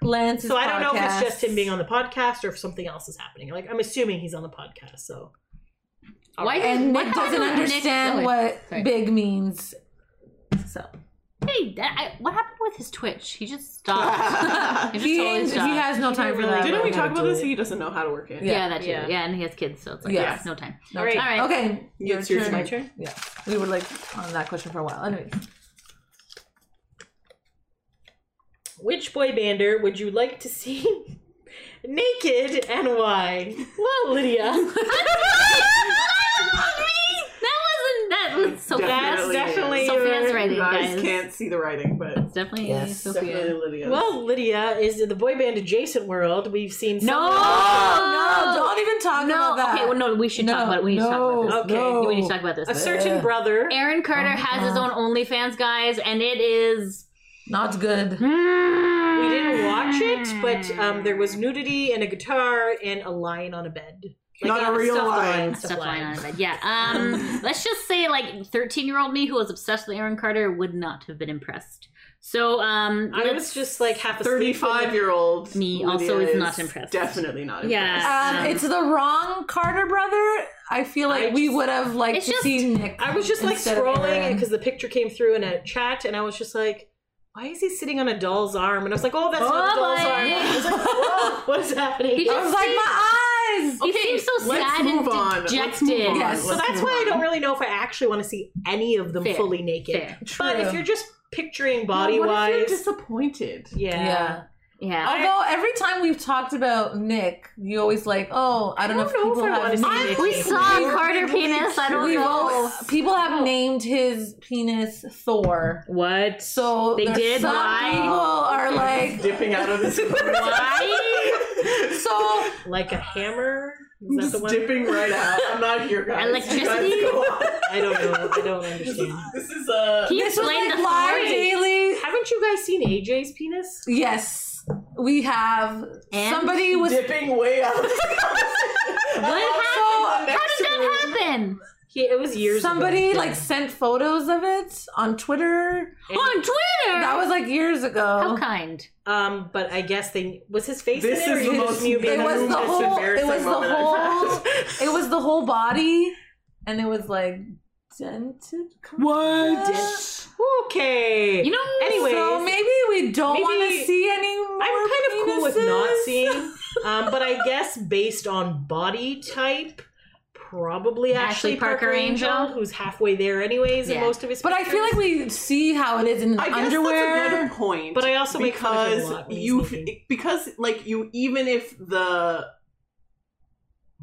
Lance's. So I don't know if podcast. it's just him being on the podcast or if something else is happening. Like I'm assuming he's on the podcast. So Why does- And why Nick doesn't don't Nick- understand oh, what sorry. big means. So Hey, that, I, what happened with his Twitch? He just stopped. he just he, totally ain't- he stopped. has no He time for really that. didn't Didn't we I talk would about do this? it. He doesn't know how to work it. yeah, Yeah. that too. Yeah. Yeah. and he has kids, so it's like Yes. yeah, no time. No All right. All right. Okay, Yeah, it's your my turn. Yeah, we were like on that question for a while. Anyway, Which boy bander would you like to see naked and why? Well, Lydia, that wasn't that was so that's Definitely. fast. definitely Sophia's your- writing, You guys guys. can't see the writing, but It's definitely Yes. Sophia. definitely Lydia. Well, Lydia is in the boy band adjacent world. We've seen some- No! no, don't even talk Oh, No, about that. okay, well, no, we should No, talk about it. We need to talk about this. no, Okay, no. We need to talk about this. a certain brother. Aaron Carter Oh, has his God. own OnlyFans, guys, and it is. Not good. We We didn't didn't watch it, Mm. but um, there was nudity and a guitar and a lion on a bed. Not a real stuffed lion. stuffed stuff lying on lion. his bed. Yeah. Um, let's just say, like, 13 year old me who was obsessed with Aaron Carter would not have been impressed. So, um, I let's- was just like half asleep. Thirty-five year old Me also is not impressed. Definitely not Yeah. impressed. Um, Um, it's the wrong Carter brother. I feel like I we just- would have liked It's to just- see Nick. I was just like instead of scrolling Aaron. because the picture came through in a chat, and I was just like, "Why is he sitting on a doll's arm?" And I was like, "Oh, that's not a Oh, doll's boy. arm." I was like, "Whoa, what is happening?" He I just- was like my eyes. he okay, seems so let's sad move on. and Let's dejected. move on. Yes. so that's why I don't really know if I actually want to see any of them Fair. fully naked. Fair. But if True. you're just picturing Now, body what if wise, you're disappointed? yeah. yeah. Yeah. Although every time we've talked about Nick, you always like, oh, I don't, I don't know know if if people I wanna have. see named- Nick. We Weird. saw a Weird. Carter penis. I don't We've know. always- people have named his penis Thor. What? So They there's did? Some Why? people are like, dipping out of this. Why? so like a hammer. I'm Is that just the one? dipping right out. I'm not here, guys. You guys Electricity? go on. I don't know. I don't This understand. is- This is uh, Can you this was explain like the live story? daily. Haven't you guys seen AJ's penis? Yes, we have And somebody was dipping way out. What happened? happened? How did that happen? He, it was years. Somebody ago. like sent photos of it on Twitter. And- on Twitter. That was like years ago. how kind. Um, but I guess they was his face. This in it, or is you the just most knew It because- was the most whole- it embarrassing was the moment whole- I've had. It was the whole body, and it was like dented. What? okay. You know. Anyways, so maybe we don't maybe- want to see any more. I'm kind of cool with not penises. seeing, um, but I guess based on body type, probably Ashley Ashley Parker, Parker Angel, Angel. who's halfway there anyways in Yeah. most of his. But I feel like pictures. we see how it is in the I guess underwear. that's a good point. But I also make fun of because him a lot when he's you naked. because like you even if the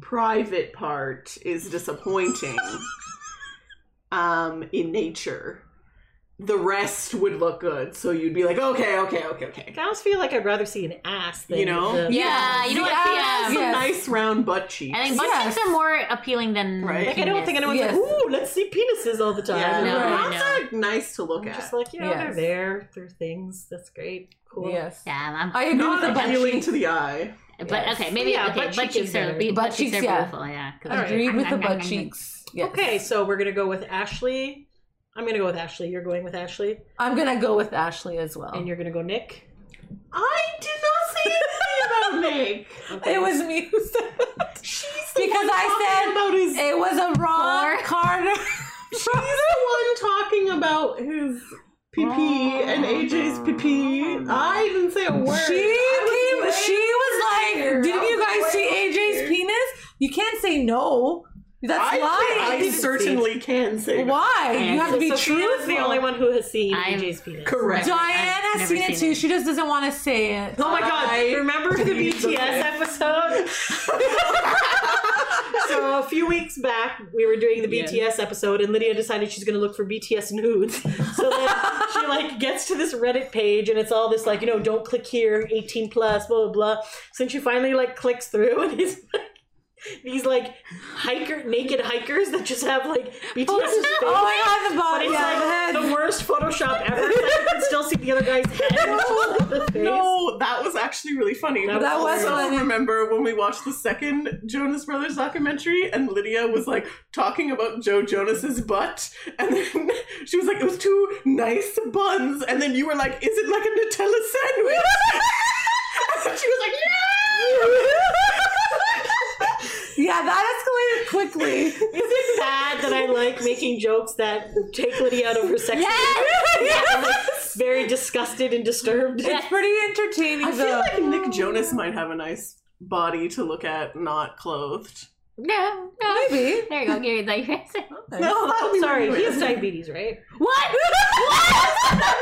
private part is disappointing um in nature the rest would look good so you'd be like okay okay okay okay I almost feel like I'd rather see an ass than You know? the- Yeah, you know what? Yes. Yeah. Some nice round butt cheeks I think butt Yes. cheeks are more appealing than Right. Like I don't think anyone's Yes. like, ooh, let's see penises all the time. yeah, No, no, I that's not nice to look I'm at just like, you know, Yes. they're there, they're things. That's great, cool. Yes. Yeah, I'm, I agree not with the butt appealing cheeks. to the eye but Yes. okay, maybe Yeah, okay. Butt, butt cheek is cheeks are better. butt, Butt cheeks cheeks, are yeah. beautiful. Yeah, 'cause- All right. Agree with the butt cheeks. Yes. Okay, so we're gonna go with Ashley. I'm gonna go with Ashley. You're going with Ashley, I'm gonna go with Ashley as well. and you're gonna go Nick. i did not say anything about nick It was me who said that. she's the Because one talking I about his said it was a Ron Carter. She's the one talking about his PP and AJ's Oh. PP. I didn't say a word. She I came. was She was way over like, "Didn't here. you I was guys see way over AJ's here." penis? You can't say no. That's I, I, lying. didn't see certainly can say that. Why? Yeah, You have to be Sophia truthful. is the only one who has seen I'm- AJ's penis. Correct. Diane has I've never seen it seen too. it. She just doesn't want to say it. Oh my god! I Remember the believe the BTS episode? so a few weeks back, we were doing the Yeah. BTS episode, and Lydia decided she's going to look for BTS nudes. So then she like gets to this Reddit page, and it's all this like you know, don't click here, eighteen plus, blah blah blah. So then she finally like clicks through, and he's like. These like hiker naked hikers that just have like BTS's face. Oh my god, the But bottom, it's yeah, the like head. the worst Photoshop ever. It's Like, you can still see the other guy's head. and it's just, like, the face. No, that was actually really funny. That But was also funny. remember when we watched the second Jonas Brothers documentary and Lydia was like talking about Joe Jonas's butt, and then she was like, "It was two nice buns," and then you were like, "Is it like a Nutella sandwich?" and she was like, "No." Yeah, that escalated quickly. Is it bad that I like making jokes that take Lydia out of her sexuality? I'm like, very disgusted and disturbed. It's pretty entertaining I though. feel like Nick Jonas might have a nice body to look at, not clothed. No, no. Maybe. There you go. Gary, like you said. No, Oh, that would be Sorry, weird. he has diabetes, right? What? What?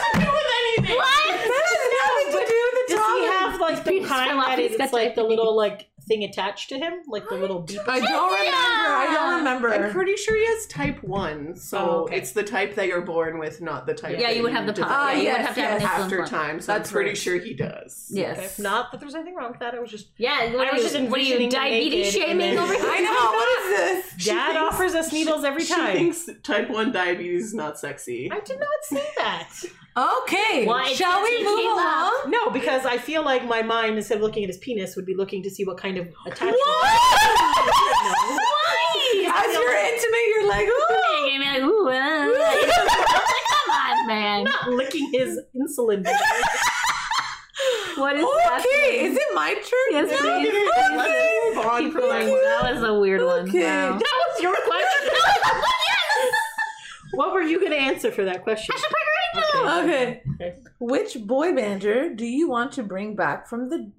That has nothing to do with the Does he topic. have like the Penis kind fell off, that he's is got it's like the diabetes. little like thing attached to him, like the little beep? I don't remember. I don't remember. I'm pretty sure he has type one, so Oh, okay. it's the type that you're born with, not the type. Yeah, that you would have the pop. develop Ah, yeah, you would yes, have to have yes. an insulin after pump. time. So That's I'm pretty right. sure he does. Yes. Not that there's anything wrong with that. I was just Yeah. What I are was you, just what are you envisioning him diabetes naked and shaming then- over here? I know. What is this? She Dad thinks- offers us needles every she time. thinks type one diabetes is not sexy. I did not say that. Okay. Well, it's Shall because we he move came up. along? No, because I feel like my mind, instead of looking at his penis, would be looking to see what kind of attachment. Why? As you're intimate, you're like, ooh. You're gonna be like, ooh, uh. come on, man. Not licking his insulin. What is Okay, happening? is it my turn? Yes, now? please. Let's move on Keep from going. that one. That was a weird one. Okay. Wow. That was your question. What were you going to answer for that question? Okay. Okay. Which boy bander do you want to bring back from the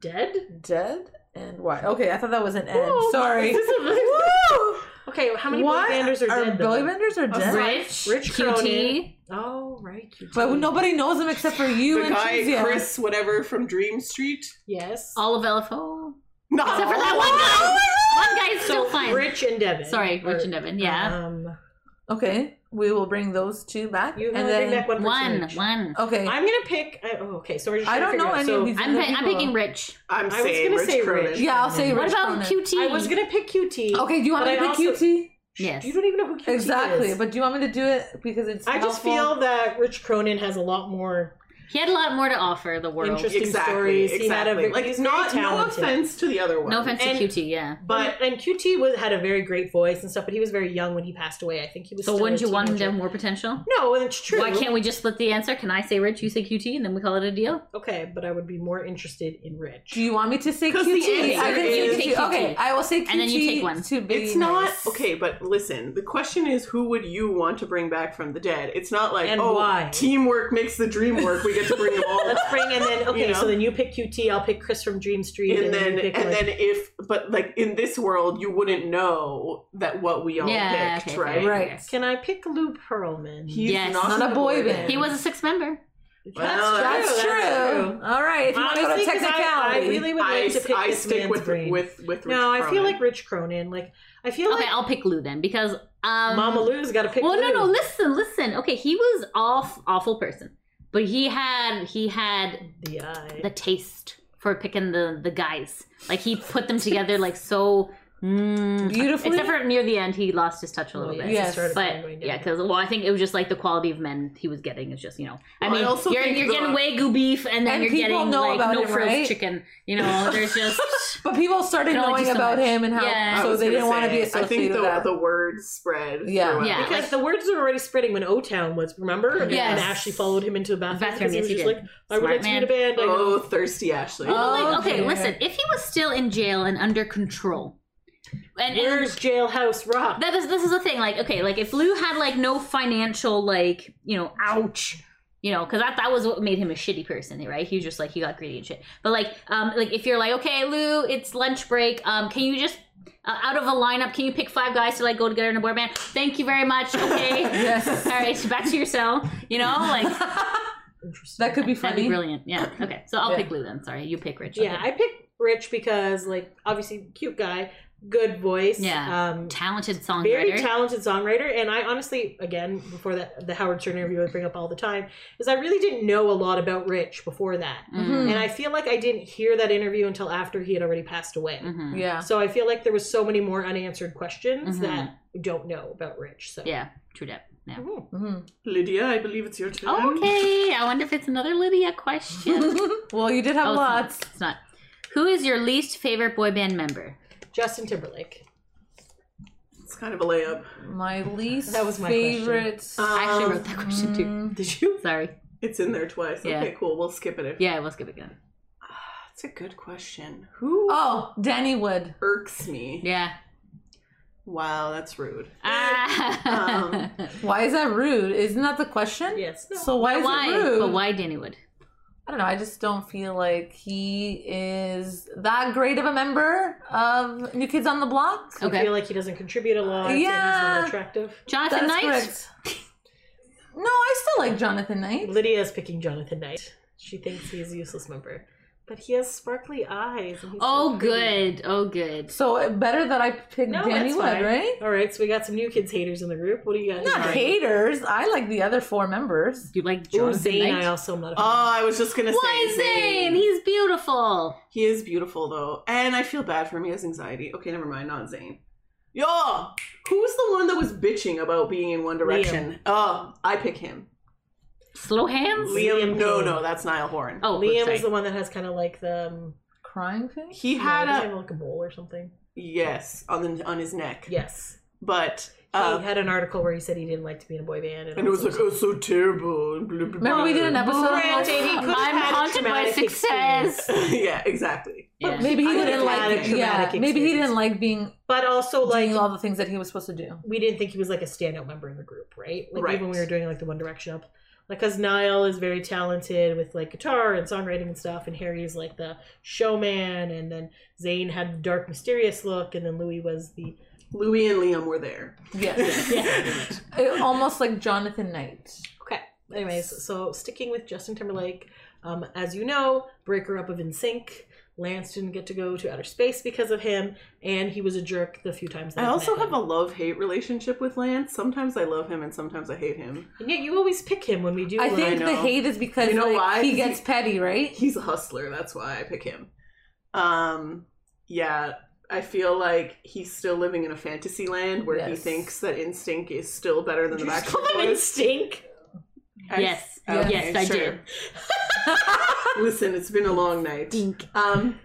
Dead? dead and why? Okay, I thought that was an end. Whoa, Sorry. Oh, this is a- Woo! okay, how many Why boy banders are, dead? boy though? banders are dead? Rich, Rich QT. Cronin. Oh, right. cute. But nobody knows them except for you The and guy Chizia. Chris, whatever from Dream Street. Yes. Olive Fo. No, Oh, Except for that one guy. One guy is so still fine. Rich and Devin. Sorry, Rich and Devin. Yeah. Um, Okay, we will bring those two back. you and have to then bring back uh, one Oh, person One, each. one. okay, I'm going to pick. I, oh, okay, so we're just I trying to don't know figure out. any so of these. I'm, other pi- I'm people. picking Rich. I'm I was saying gonna Rich say Cronin. Rich. Yeah, I'll say What Rich about Cronin. QT? I was going to pick QT. Okay, do you want But me to I pick also- QT? Yes. You don't even know who QT is. Exactly, but do you want me to do it because it's? I just helpful? feel that Rich Cronin has a lot more He had a lot more to offer the world. Interesting stories. He had a exactly. very- like he was very not no talented. offense to the other one. No offense And- to QT, yeah. but and QT was had a very great voice and stuff, but he was very young when he passed away. I think he was. So still wouldn't a you want him to teenager. have more potential? No, it's true. Why can't we just split the answer? Can I say Rich, you say QT, and then we call it a deal? Okay, but I would be more interested in Rich. Do you want me to say 'Cause QT? the I answer can say is- QT. Okay, I will say QT. And then you take one. To be it's not nice. okay. But listen, the question is, who would you want to bring back from the dead? It's not like And oh, why? teamwork makes the dream work. We get to bring them all. Let's bring and then okay, know? so then you pick QT, I'll pick Chris from Dream Street, and then you pick, and like- then if but like in this world you wouldn't know that what we all Yeah, picked okay, fair, right Right. fair. can I pick Lou Pearlman? He's Yes. not, Not a a boy boy band. band. He was a six member. Well, That's true. All right, if you want to go to Honestly, 'cause I, I technicality. really would like I, to pick I this stick man's with, brain. with with no, Rich I feel Cronin. like Rich Cronin. Like I feel Okay, like I'll pick Lou then because um Mama Lou's got to pick. Well, no, Lou. no. Listen, listen. Okay, he was off, awful person, but he had he had The eye. the taste for picking the the guys. Like he put them together like so mm, Beautifully? Except for near the end, he lost his touch a Oh, little bit. yeah. Yes. But yeah, because well, I think it was just like the quality of men he was getting is just you know. I Well, I mean, also you're think you're the- getting wagyu beef, and And then you're people getting know like about no him, frills right? chicken. You know, there's just but people started Can only knowing do so about much. him and how, Yeah. I so was they gonna didn't want to be say, I think associated the, with that. the word spread. Yeah. throughout. Yeah. Because the words were already spreading when O Town was, remember? And Yes. Ashley followed him into the bathroom. Bathroom, because yes, was he just did. like, I would Smart like to be in a man. band. I know. Oh, thirsty Ashley. Well, like Okay. okay, listen. If he was still in jail and under control, and, and Where's Jailhouse Rock? that is this is the thing like okay like if lou had like no financial like you know ouch you know because that, that was what made him a shitty person right he was just like he got greedy and shit but like um like if you're like okay lou it's lunch break um can you just uh, out of a lineup can you pick five guys to like go together in a boy band thank you very much okay Yes. all right back to your cell you know like Interesting. that could be that'd be funny. brilliant yeah okay so i'll Yeah. pick lou then sorry you pick rich yeah, Okay. I picked Rich because, like, obviously, cute guy, good voice. Yeah. Um, talented songwriter very talented songwriter and i honestly again before that the howard stern interview i bring up all the time is i really didn't know a lot about rich before that Mm-hmm. Mhm. and i feel like i didn't hear that interview until after he had already passed away Mhm. Yeah. so i feel like there was so many more unanswered questions Mhm. that we don't know about rich so yeah true that yeah Mhm. Mhm. Lydia, I believe it's your turn. Oh, okay i wonder if it's another lydia question Oh, well, you did have it's not. lots. It's not. Who is your least favorite boy band member? justin timberlake It's kind of a layup. My least That was my favorite. Um, I actually wrote that question too. Mm, did you Sorry. It's in there twice. Yeah. Okay, cool. We'll skip it. If- Yeah, let's give it a go. That's a good question. Who Oh, Danny Wood. irks me? Yeah. Wow, that's rude. Ah. Why is that rude? Isn't that the question? yes no. So why is why? it rude? But why Danny Wood? I don't know. I just don't feel like he is that great of a member of New Kids on the Block. i Okay. feel like he doesn't contribute a lot and he's Yeah. not attractive That Jonathan is Knight? correct. No, I still like Jonathan Knight. lydia's picking jonathan knight she thinks he's a useless member but he has sparkly eyes and he's so Oh, pretty. good. Oh, good. So it- better that I picked No, Danny that's Wood, fine. right? All right, so we got some new kids haters in the group. What do you got? Not haters. I like the other four members. You like Ooh, Jonathan Zane, I Knight? also am not a fan. Oh, I was just gonna Why say Zane? He's beautiful. He is beautiful though, and I feel bad for him. He has anxiety. Okay, never mind. Not Zayn. Yo, who's the one that was bitching about being in One Direction? Oh, I pick him. Slow hands? Liam. Liam no, Payne. no, that's Niall Horan. Oh, Liam sorry. is the one that has kind of like the um, Crime thing? he had does he a have like a mole or something. yes on the on his neck. Yes, but he Oh. uh, had an article where he said he didn't like to be in a boy band, and, and it was like also- oh so terrible. and blah, blah, Remember we did an blah. episode on Granted, he that? could've I'm had a haunted by traumatic success. yeah, exactly. Yeah. Maybe he I would've didn't had a like. Yeah, traumatic maybe he experience. didn't like being but also like doing all the things that he was supposed to do. we didn't think he was like a standout member in the group, right? Like Right. even when we were doing like the One Direction up, like because Niall is very talented with like guitar and songwriting and stuff, and Harry is like the showman, and then Zayn had the dark, mysterious look, and then Louis was the Louis and Liam were there. Yes, It- almost like Jonathan Knight. Okay. Anyways, so sticking with Justin Timberlake, um, as you know, breaker up of InSync. Lance didn't get to go to outer space because of him, and he was a jerk the few times. That I I've also met have him. a love hate relationship with Lance. Sometimes I love him and sometimes I hate him. And yet you always pick him when we do. I like- think the know. hate is because You know like, why? he gets petty, right? he's a hustler that's why i pick him um yeah i feel like he's still living in a fantasy land where he Yes. thinks that instinct is still better than Did the you just back call them InSync. I- Yes. okay, Yes, I sure. did. Listen, it's been a long night. Dink. Um,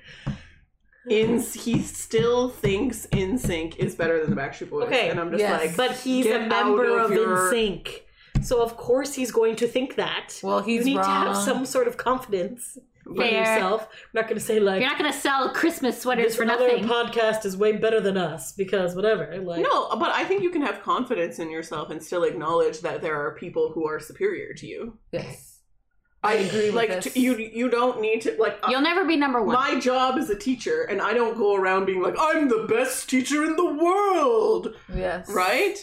in he still thinks In Sync is better than the Backstreet Boys, Okay, and I'm just yes. like, But he's Get a out member of of your- InSync. So of course he's going to think that. Well, he's you need wrong. to have some sort of confidence in Fair. yourself. I'm not going to say like You're not gonna sell Christmas sweaters this for other nothing. podcast is way better than us because whatever. Like no, but I think you can have confidence in yourself and still acknowledge that there are people who are superior to you. Yes. I agree with like this. t- you. You don't need to like. uh, You'll never be number one. my job as a teacher, and I don't go around being like, I'm the best teacher in the world, Yes. right?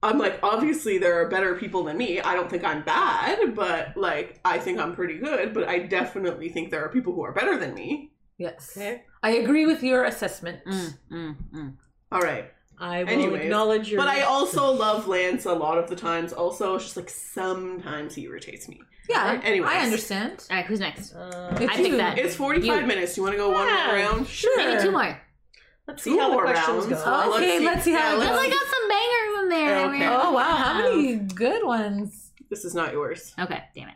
I'm like, obviously, there are better people than me. I don't think I'm bad, but like, I think I'm pretty good, but I definitely think there are people who are better than me. Yes. Okay. I agree with your assessment. Mm, mm, mm. All right. I will Anyways, acknowledge your But I also love Lance a lot of the times, also. It's just like sometimes he irritates me. Yeah. Anyways. I understand. All right, who's next? Uh, Me I think too. that- It's 45 You- minutes. You want to go one Yeah. more round? Sure. Maybe two more. let's see how the Two more questions rounds. go. Oh. Okay, let's see how it yeah, Cause goes. let's- I got Oh some bangers in there. that we Okay. were- Oh wow, Um, how many good ones? This is not yours. Okay, damn it.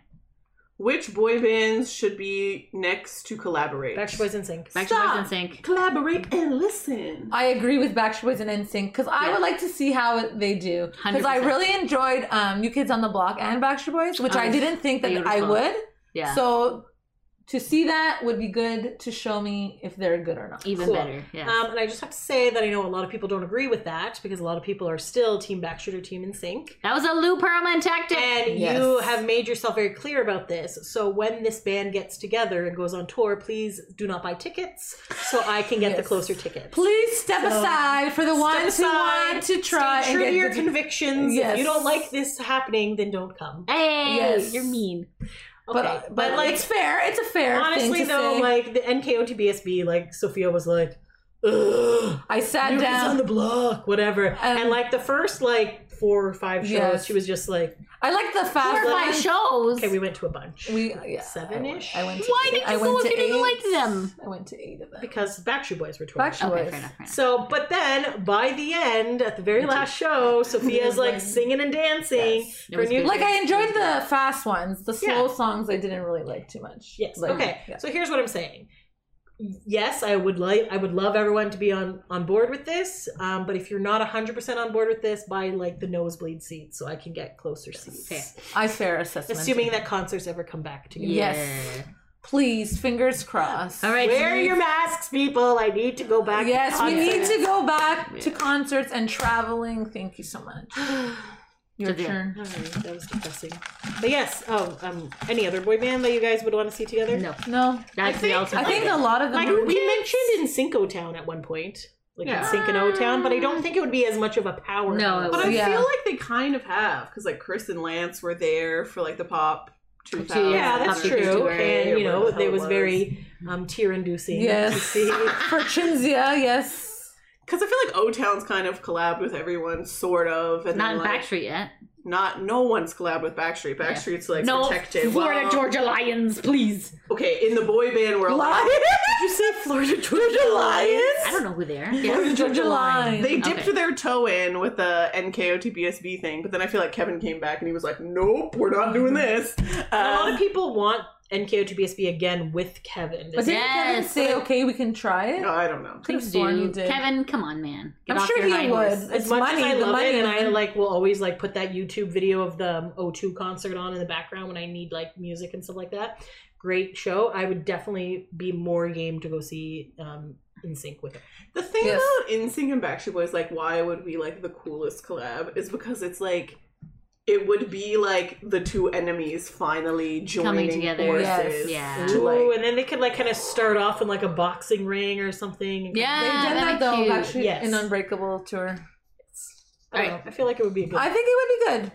Which boy bands should be next to collaborate? Backstreet Boys in sync. Back Stop. to Boys in sync. collaborate and listen. I agree with Backstreet Boys and NSYNC because I Yeah. would like to see how it- they do. Because I 100%. really enjoyed um, New Kids on the Block and Backstreet Boys, which Oh, I didn't think that I beautiful. would. Yeah, So to see that would be good to show me if they're good or not. even Cool. better. Yeah. Um, and I just have to say that I know a lot of people don't agree with that because a lot of people are still Team Backstreet or Team in sync. that was a Lou Pearlman tactic. And Yes. you have made yourself very clear about this. So when this band gets together and goes on tour, please do not buy tickets so I can get the Yes. closer tickets. Please step So, aside for the ones who aside, want to try Stay and true get to your the- convictions. If Yes. you don't like this happening, then don't come. hey, Yes. you're mean. But, Okay. but, like it's fair. It's a fair. uh, honestly thing to though, say. like the NKOTBSB, like Sophia was like, ugh, I sat new kids down. Um, on the block, whatever. and like the first like four or five shows, Yes. she was just like, I like the Four fast or five shows. okay, we went to a bunch. We yeah, Seven-ish? I went. To, Why did you I go went if to you didn't eight. like them? I went to eight of them. because Backstreet Boys were touring. Backstreet Okay, Boys. fair enough. Fair enough. So, but then by the end, at the very last show, Sophia's like singing and dancing. Yes. Her new Like I enjoyed the fast ones. The slow Yeah. songs I didn't really like too much. yes. Like, okay. yeah. So here's what I'm saying. Yes, I would like I would love everyone to be on on board with this. Um, but if you're not 100% on board with this, buy like the nosebleed seats so I can get closer seats. Fair. I fair assessment. Assuming that concerts ever come back together. Yes. Please, fingers crossed. All right. Wear your masks, people. I need to go back. to Yes, we need concerts. to go back to Yeah. concerts and traveling. Thank you so much. Your Good deal. turn. All right, that was depressing. But yes, oh, um, any other boy band that you guys would want to see together? No, No, that's think- the ultimate. I think a lot of them. Like are- we mentioned in Cinco Town at one point, like in Yeah. Sync and O Town, but I don't think it would be as much of a power. No, it But I Yeah. feel like they kind of have because like Chris and Lance were there for like the pop. 2000. Two, yeah, that's Up to true. February, And you know, whatever the hell it was it very um, tear-inducing to Yes. see. For Chinzia, yes. Because I feel like O Town's kind of collabed with everyone, sort of, and not then, in like, Backstreet yet. Not no one's collabed with Backstreet. Yeah. Backstreet's like no, protected. Florida well, Georgia Lions, please. Okay, in the boy band world, Lion? Did you say Florida Georgia Lions? I don't know who they are. Florida Yeah. Georgia Line. they Okay. dipped their toe in with the NKOTBSB thing, but then I feel like Kevin came back and he was like, "Nope, we're not doing this." a lot of Um, people want NKO to BSB again with Kevin. But didn't Kevin Yes. say, okay, we can try it? no, I don't know. Could have Please sworn you do. did. Kevin, come on, man. Get I'm off sure your he high would. horse. It's as much money, as I the love money it, and I man. like will always like put that YouTube video of the um, O2 concert on in the background when I need like music and stuff like that. Great show. I would definitely be more game to go see um, In Sync with it. The thing Yes. about InSync and Backstreet Boys, like, why would be like the coolest collab is because it's like it would be like the two enemies finally joining together. forces. Yes. Yeah. to, like- Ooh, and then they could like kind of start off in like a boxing ring or something. and- Yeah, They've done Ah, that that'd be though, cute. actually, Yes. in Unbreakable tour. I, don't know. I feel like it would be a good. I think it would be good.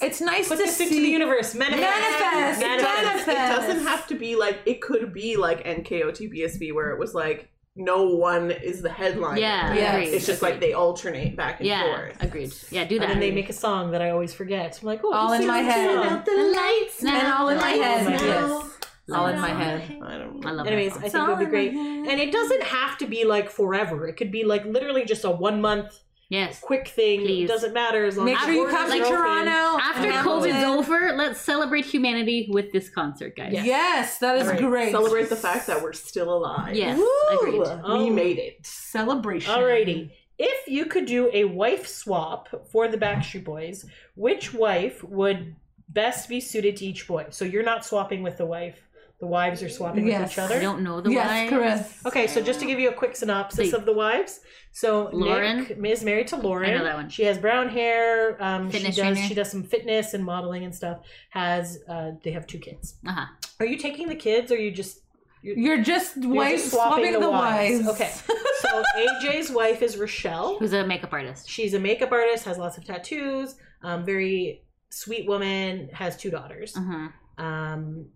It's nice Put to this see. into the universe. Manifest. Manifest. It doesn't Manifest. have to be like it could be like NKOTBSB where it was like no one is the headline. Yeah, Yeah. agreed, It's just like agreed. they alternate back and Yeah, forth. agreed. Yeah, do And that. then they make a song that I always forget. I'm like, oh, All this in my is a head. song. the lights And all in my head. Lights now. Yes. All in my head. I don't know. I love Anyways, that. I song. think it would be great. And it doesn't have to be like forever. It could be like literally just a one month Yes. quick thing. Please. Doesn't matter as long Make as sure you borders come to are Like, open. Toronto. After and COVID's Hamilton. over, let's celebrate humanity with this concert, guys. Yes. that is All right. great. Celebrate the fact that we're still alive. Yes. Woo! Agreed. Oh, We made it. Celebration. Alrighty. If you could do a wife swap for the Backstreet Boys, which wife would best be suited to each boy? So you're not swapping with the wife. The wives are swapping with Yes. each other. I don't know the yes, wives. correct. Okay, so just to give you a quick synopsis Please. of the wives, so Lauren. Nick is married to Lauren. I know that one. She has brown hair. Um, she does Fitness trainer. she does some fitness and modeling and stuff. Has uh, they have two kids? Uh-huh. Are you taking the kids? or Are you just You're just wife just swapping, the, wives. Okay, so AJ's wife is Rochelle. Who's a makeup artist? She's a makeup artist. Has lots of tattoos. Um, very sweet woman. Has two daughters. Uh-huh. Um,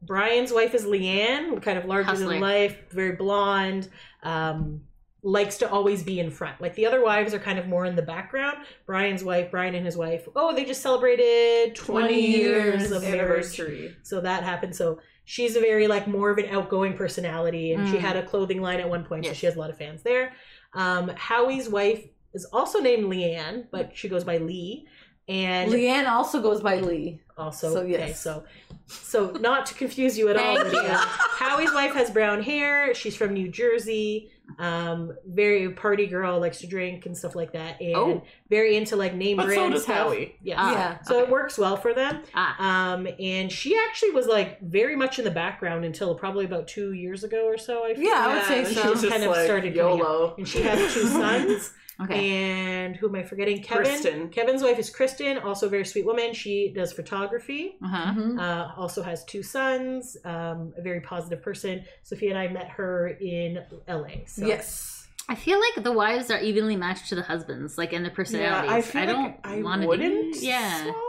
Brian's wife is Leanne, kind of larger Hustler. than life, very blonde, um, likes to always be in front. Like the other wives are kind of more in the background. Brian's wife, Brian and his wife, oh, they just celebrated 20, 20 years years of marriage. Anniversary. So that happened. So she's a very, like, more of an outgoing personality, and she Mm. had a clothing line at one point, Yes. so she has a lot of fans there. Um, Howie's wife is also named Leanne, but she goes by Lee. And Leanne also goes by Lee. also So, okay yes. so so not to confuse you at all Thank Lydia, you. howie's wife has brown hair she's from new jersey um very party girl likes to drink and stuff like that and Oh. very into like name But brand so does stuff. Howie. yeah Ah, yeah. so it okay. works well for them Ah. um and she actually was like very much in the background until probably about two years ago or so i feel Yeah, I would say and so. she's She just kind of like, started coming out. YOLO. and she has two sons Okay. and who am i forgetting kevin Kristen. kevin's wife is kristen also a very sweet woman she does photography Uh-huh. Mhm. uh, also has two sons, um, a very positive person. Sophia and I met her in LA. So Yes. I feel like the wives are evenly matched to the husbands, like in their personalities. I, feel don't like I want to. wouldn't. yeah. swap them,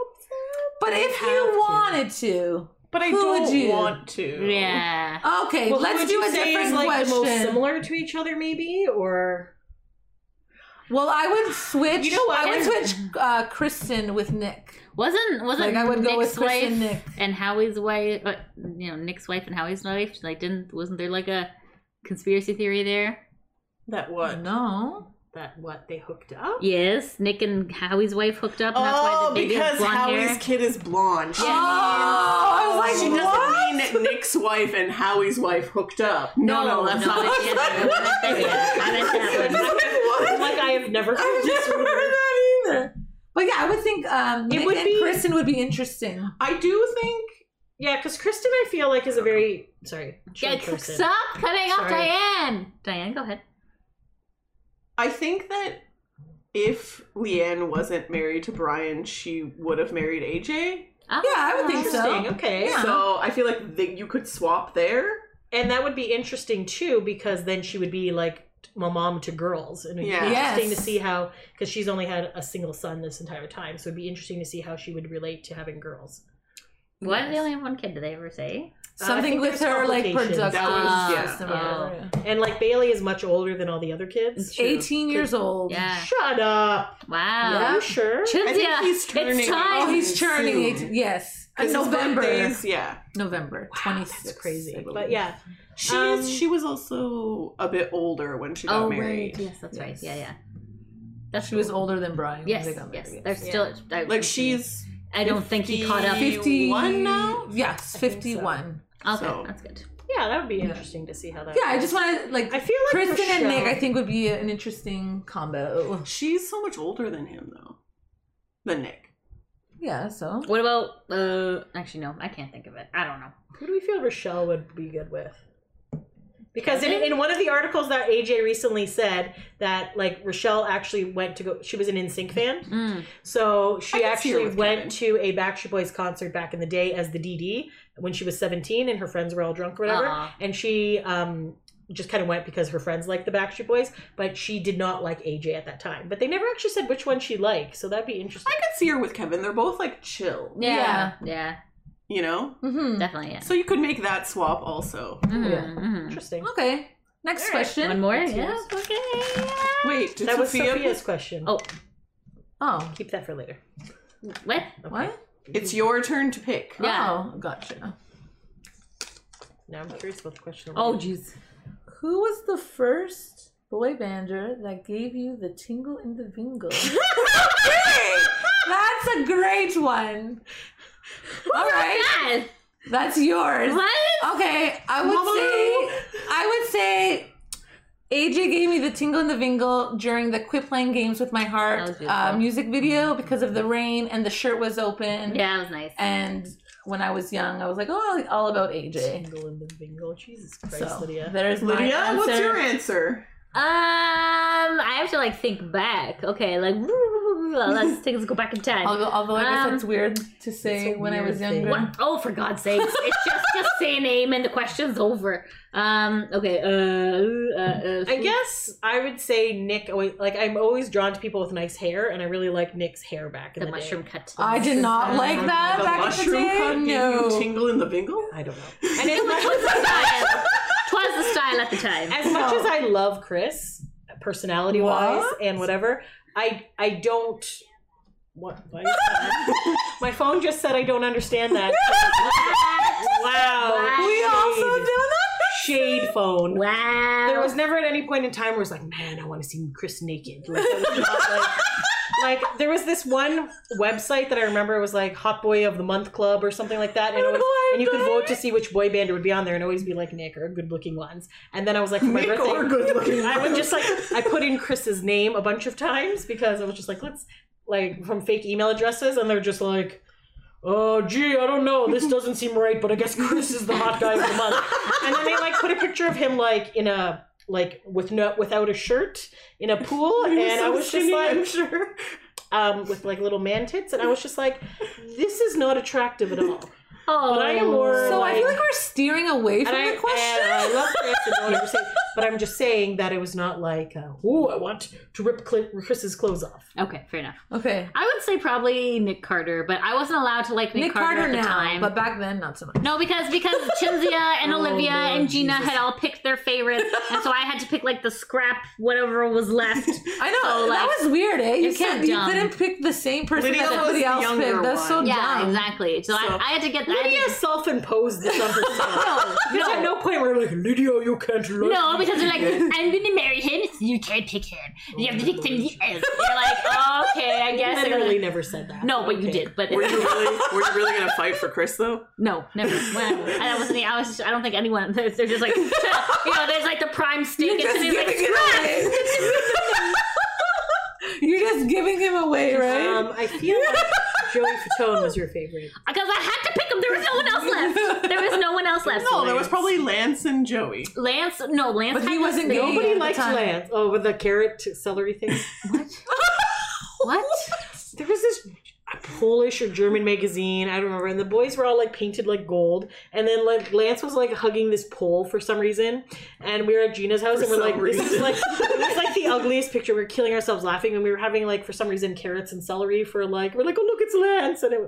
But I if have you to. wanted to, But I Who would don't you? want to. Yeah. okay, Well, who let's would do you a say different is, like, question. The most similar to each other, maybe, or Well, I would switch. You know what? I would switch uh, Kristen with Nick. Wasn't wasn't Like I would Nick's go with wife Kristen Nick. and Howie's wife, uh, you know, Nick's wife and Howie's wife? Like, didn't wasn't there like a conspiracy theory there? That what? No. that what they hooked up. Yes, Nick and Howie's wife hooked up. And that's Oh, why the baby has because blonde Howie's hair. kid is blonde. She Oh, I was she like, doesn't what? mean Nick's wife and Howie's wife hooked up. No, no, that's no, not that's what she different. said. That's different. I meant that one. I'm like I have never heard I've this. never heard rumor. that either. But yeah, I would think um, Nick would and be- Kristen would be interesting. I do think Yeah, because Kristen, I feel like is a very sorry. Yeah, short person. stop cutting off Sorry. Diane. Diane, go ahead. I think that if Leanne wasn't married to Brian, she would have married AJ. Oh. Yeah, I would think so. Interesting. Okay. Yeah. So I feel like that you could swap there. And that would be interesting too, because then she would be like my mom to girls, and it'd Yeah. be interesting Yes. to see how because she's only had a single son this entire time, so it'd be interesting to see how she would relate to having girls. Why do they only have one kid? Did they ever say? Uh, I Something think with there's her like complications. production That was- yeah. system. Oh. And like Bailey is much older than all the other kids. True. Eighteen years old. Yeah. Shut up! Are Wow. you sure? I think Chintia, he's turning. it's time. Oh, he's turning soon. 18. Yes, And It's his November. birthdays, yeah. November twenty sixth. That's crazy. believe. But yeah, She's Um, she was also a bit older when she got oh, married. right. Yes, that's right. Yeah, yeah. That's She was older than Brian. when Yes, they got yes. married. They're still I, Like she's I don't think he caught up. 50 51 now? Yes, I think so. fifty one. Okay, so. that's good. yeah, that would be Yeah. interesting to see how that. Yeah, I goes. just want to like I feel like Kristen and Nick. Rochelle- I think would be an interesting combo. she's so much older than him though. Than Nick. Yeah. So What about uh? Actually, no, I can't think of it. I don't know. Who do we feel Rochelle would be good with? Because in, in one of the articles that AJ recently said that like Rochelle actually went to go she was an NSYNC fan. Mm. So I she can see her actually with went to a Backstreet Boys concert back in the day as the DD when she was 17 and her friends were all drunk or whatever. Uh-huh. Aw. And she um just kind of went because her friends liked the Backstreet Boys, but she did not like AJ at that time. But they never actually said which one she liked, so that'd be interesting. I could see her with Kevin. They're both like chill, Yeah, yeah, you know? mhm. definitely. Yeah. So you could make that swap also. Mhm, Yeah. mhm. Interesting. okay. Next All right, question. One more. That's Yeah. yours. Okay. Wait, did That was Sophia Sophia's question. Oh. Oh, Keep that for later. What? Okay. what? It's your turn to pick. Yeah. Oh, gotcha. Oh, Now I'm curious about the question. Oh, jeez. Who was the first boy bander that gave you the tingle in the vingle. That's a great one. All right, God, that's yours. Oh what? Okay, I would say I would say AJ gave me the tingle and the vingle during the Quit Playing Games with My That was Heart beautiful. uh, music video because of the rain and the shirt was open. Yeah, it was nice. And when I was young, I was like, oh, all about AJ. Tingle in the bingo. Jesus Christ, So Lydia. there's my Lydia, answer. what's your answer? Um, I have to like think back. Okay, like let's take let's go back in time. Although, although I guess Um, it's weird to say it's a when I weird was younger. What? Oh, for God's sake! It's just just say a name and the question's over. Um. Okay. Uh. uh, uh I guess I would say Nick. always- Like I'm always drawn to people with nice hair, and I really like Nick's hair back in the the, mushroom Day. cut. Uh-huh. I did not like that the back in the mushroom cut day. gave you No. tingle in the bingle? I don't know. And And as much, Twas the style. Twas the style at the time. as much as I love Chris, personality wise and whatever, I I don't. What? why is that? My phone just said I don't understand that. wow. Wow. We also do that. shade phone. Wow. There was never at any point in time where it's like, man, I want to see Chris naked. Like, that was not like, like, there was this one website that I remember was like Hot Boy of the Month Club or something like Oh, that, and, it was, and you could vote to see which boy band would be on there, and always be like Nick or good looking ones. And then I was like, for my Nick birthday, or good looking I would ones. just like I put in Chris's name a bunch of times because I was just like, let's like from fake email addresses, and they're just like. Oh gee, I don't know. This doesn't seem right, but I guess Chris is the hot guy of the month. And then they like put a picture of him like in a like with no without a shirt in a pool, He and so I was just skinny, like, I'm sure. um, with like little man tits, and I was just like, this is not attractive at all. Oh. But I am more- So I feel Like- like we're steering away And from I, the question. and I love Chris, and don't ever say, but I'm just saying that it was not like, uh, ooh, I want to rip Cl- Chris's clothes off. Okay. Fair enough. Okay. I would say probably Nick Carter, but I wasn't allowed to like Nick, Nick Carter, at the now, time. but back then, not so much. No, because because Chinzia and Oh, Olivia Lord and Gina Jesus. had all picked their favorites, and so I had to pick like the scrap whatever was left. I know So, like, that was weird, eh? You it's so can't, you dumb. couldn't pick the same person Lydia that was somebody the else younger picked. That's so one. yeah, dumb. exactly. So, So- I, I had to get that. Lydia self-imposed this on herself. There's at no point where like, Lydia, you can't love No, me." because they're like, I'm gonna marry him, so you can't pick him. You have to pick somebody else. You're like, okay, I guess. I'm literally gonna... never said that. No, but you Okay. did. But Were you really were you really gonna fight for Chris though? no, never. Well, I wasn't. I was. Just, I don't think anyone. They're they're just like, you know, there's like the prime You're stick. and just somebody's like, "Ah!" giving it away. You're just giving him away, right? Um, I feel like Joey Fatone was your favorite. because I had to pick him. There was no one else left. There was no one else left. No, there was probably Lance and Joey. Lance. No, Lance. But he had wasn't this thing. gay. Nobody at the liked time. Lance. Oh, with the carrot celery thing. What? there was this Polish or German magazine, I don't remember, and the boys were all like painted like gold, and then like Lance was like hugging this pole for some reason, and we were at Gina's house, For and we're some like, this is reason. like, it was like the ugliest picture. We were killing ourselves laughing, and we were having like for some reason carrots and celery for like we're like, oh look, it's Lance, and it,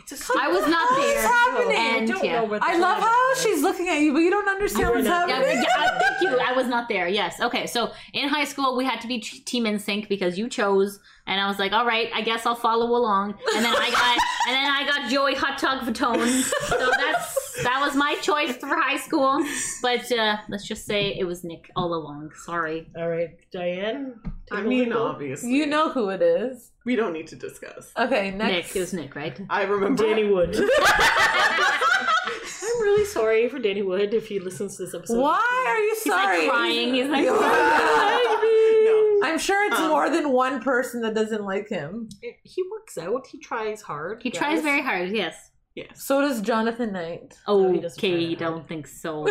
it's a stupid- I was not What is there. happening? And- yeah. where I the- love how she's looking at you, but you don't understand You're what's not- Yeah, happening. yeah, I- thank you. I was not there. Yes. Okay. So in high school, we had to be t- team in sync because you chose, and I was like, "All right, I guess I'll follow along." And then I got, and then I got Joey Hot Dog Fatone. So that's that was my choice for high school. But uh, let's just say it was Nick all along. Sorry. All right, Diane. take I a mean, little- obviously, You know who it is. we don't need to discuss. Okay, next. Nick. It was Nick, right? I remember Danny Wood. I'm really sorry for Danny Wood if he listens to this episode. Why are you He's sorry? like crying. He's like, no. I'm sure it's Um, more than one person that doesn't like him. He works out. He tries hard. he tries very hard. Yes. Yes. So does Jonathan Knight. Oh, No, he doesn't try okay. that hard. Don't think so.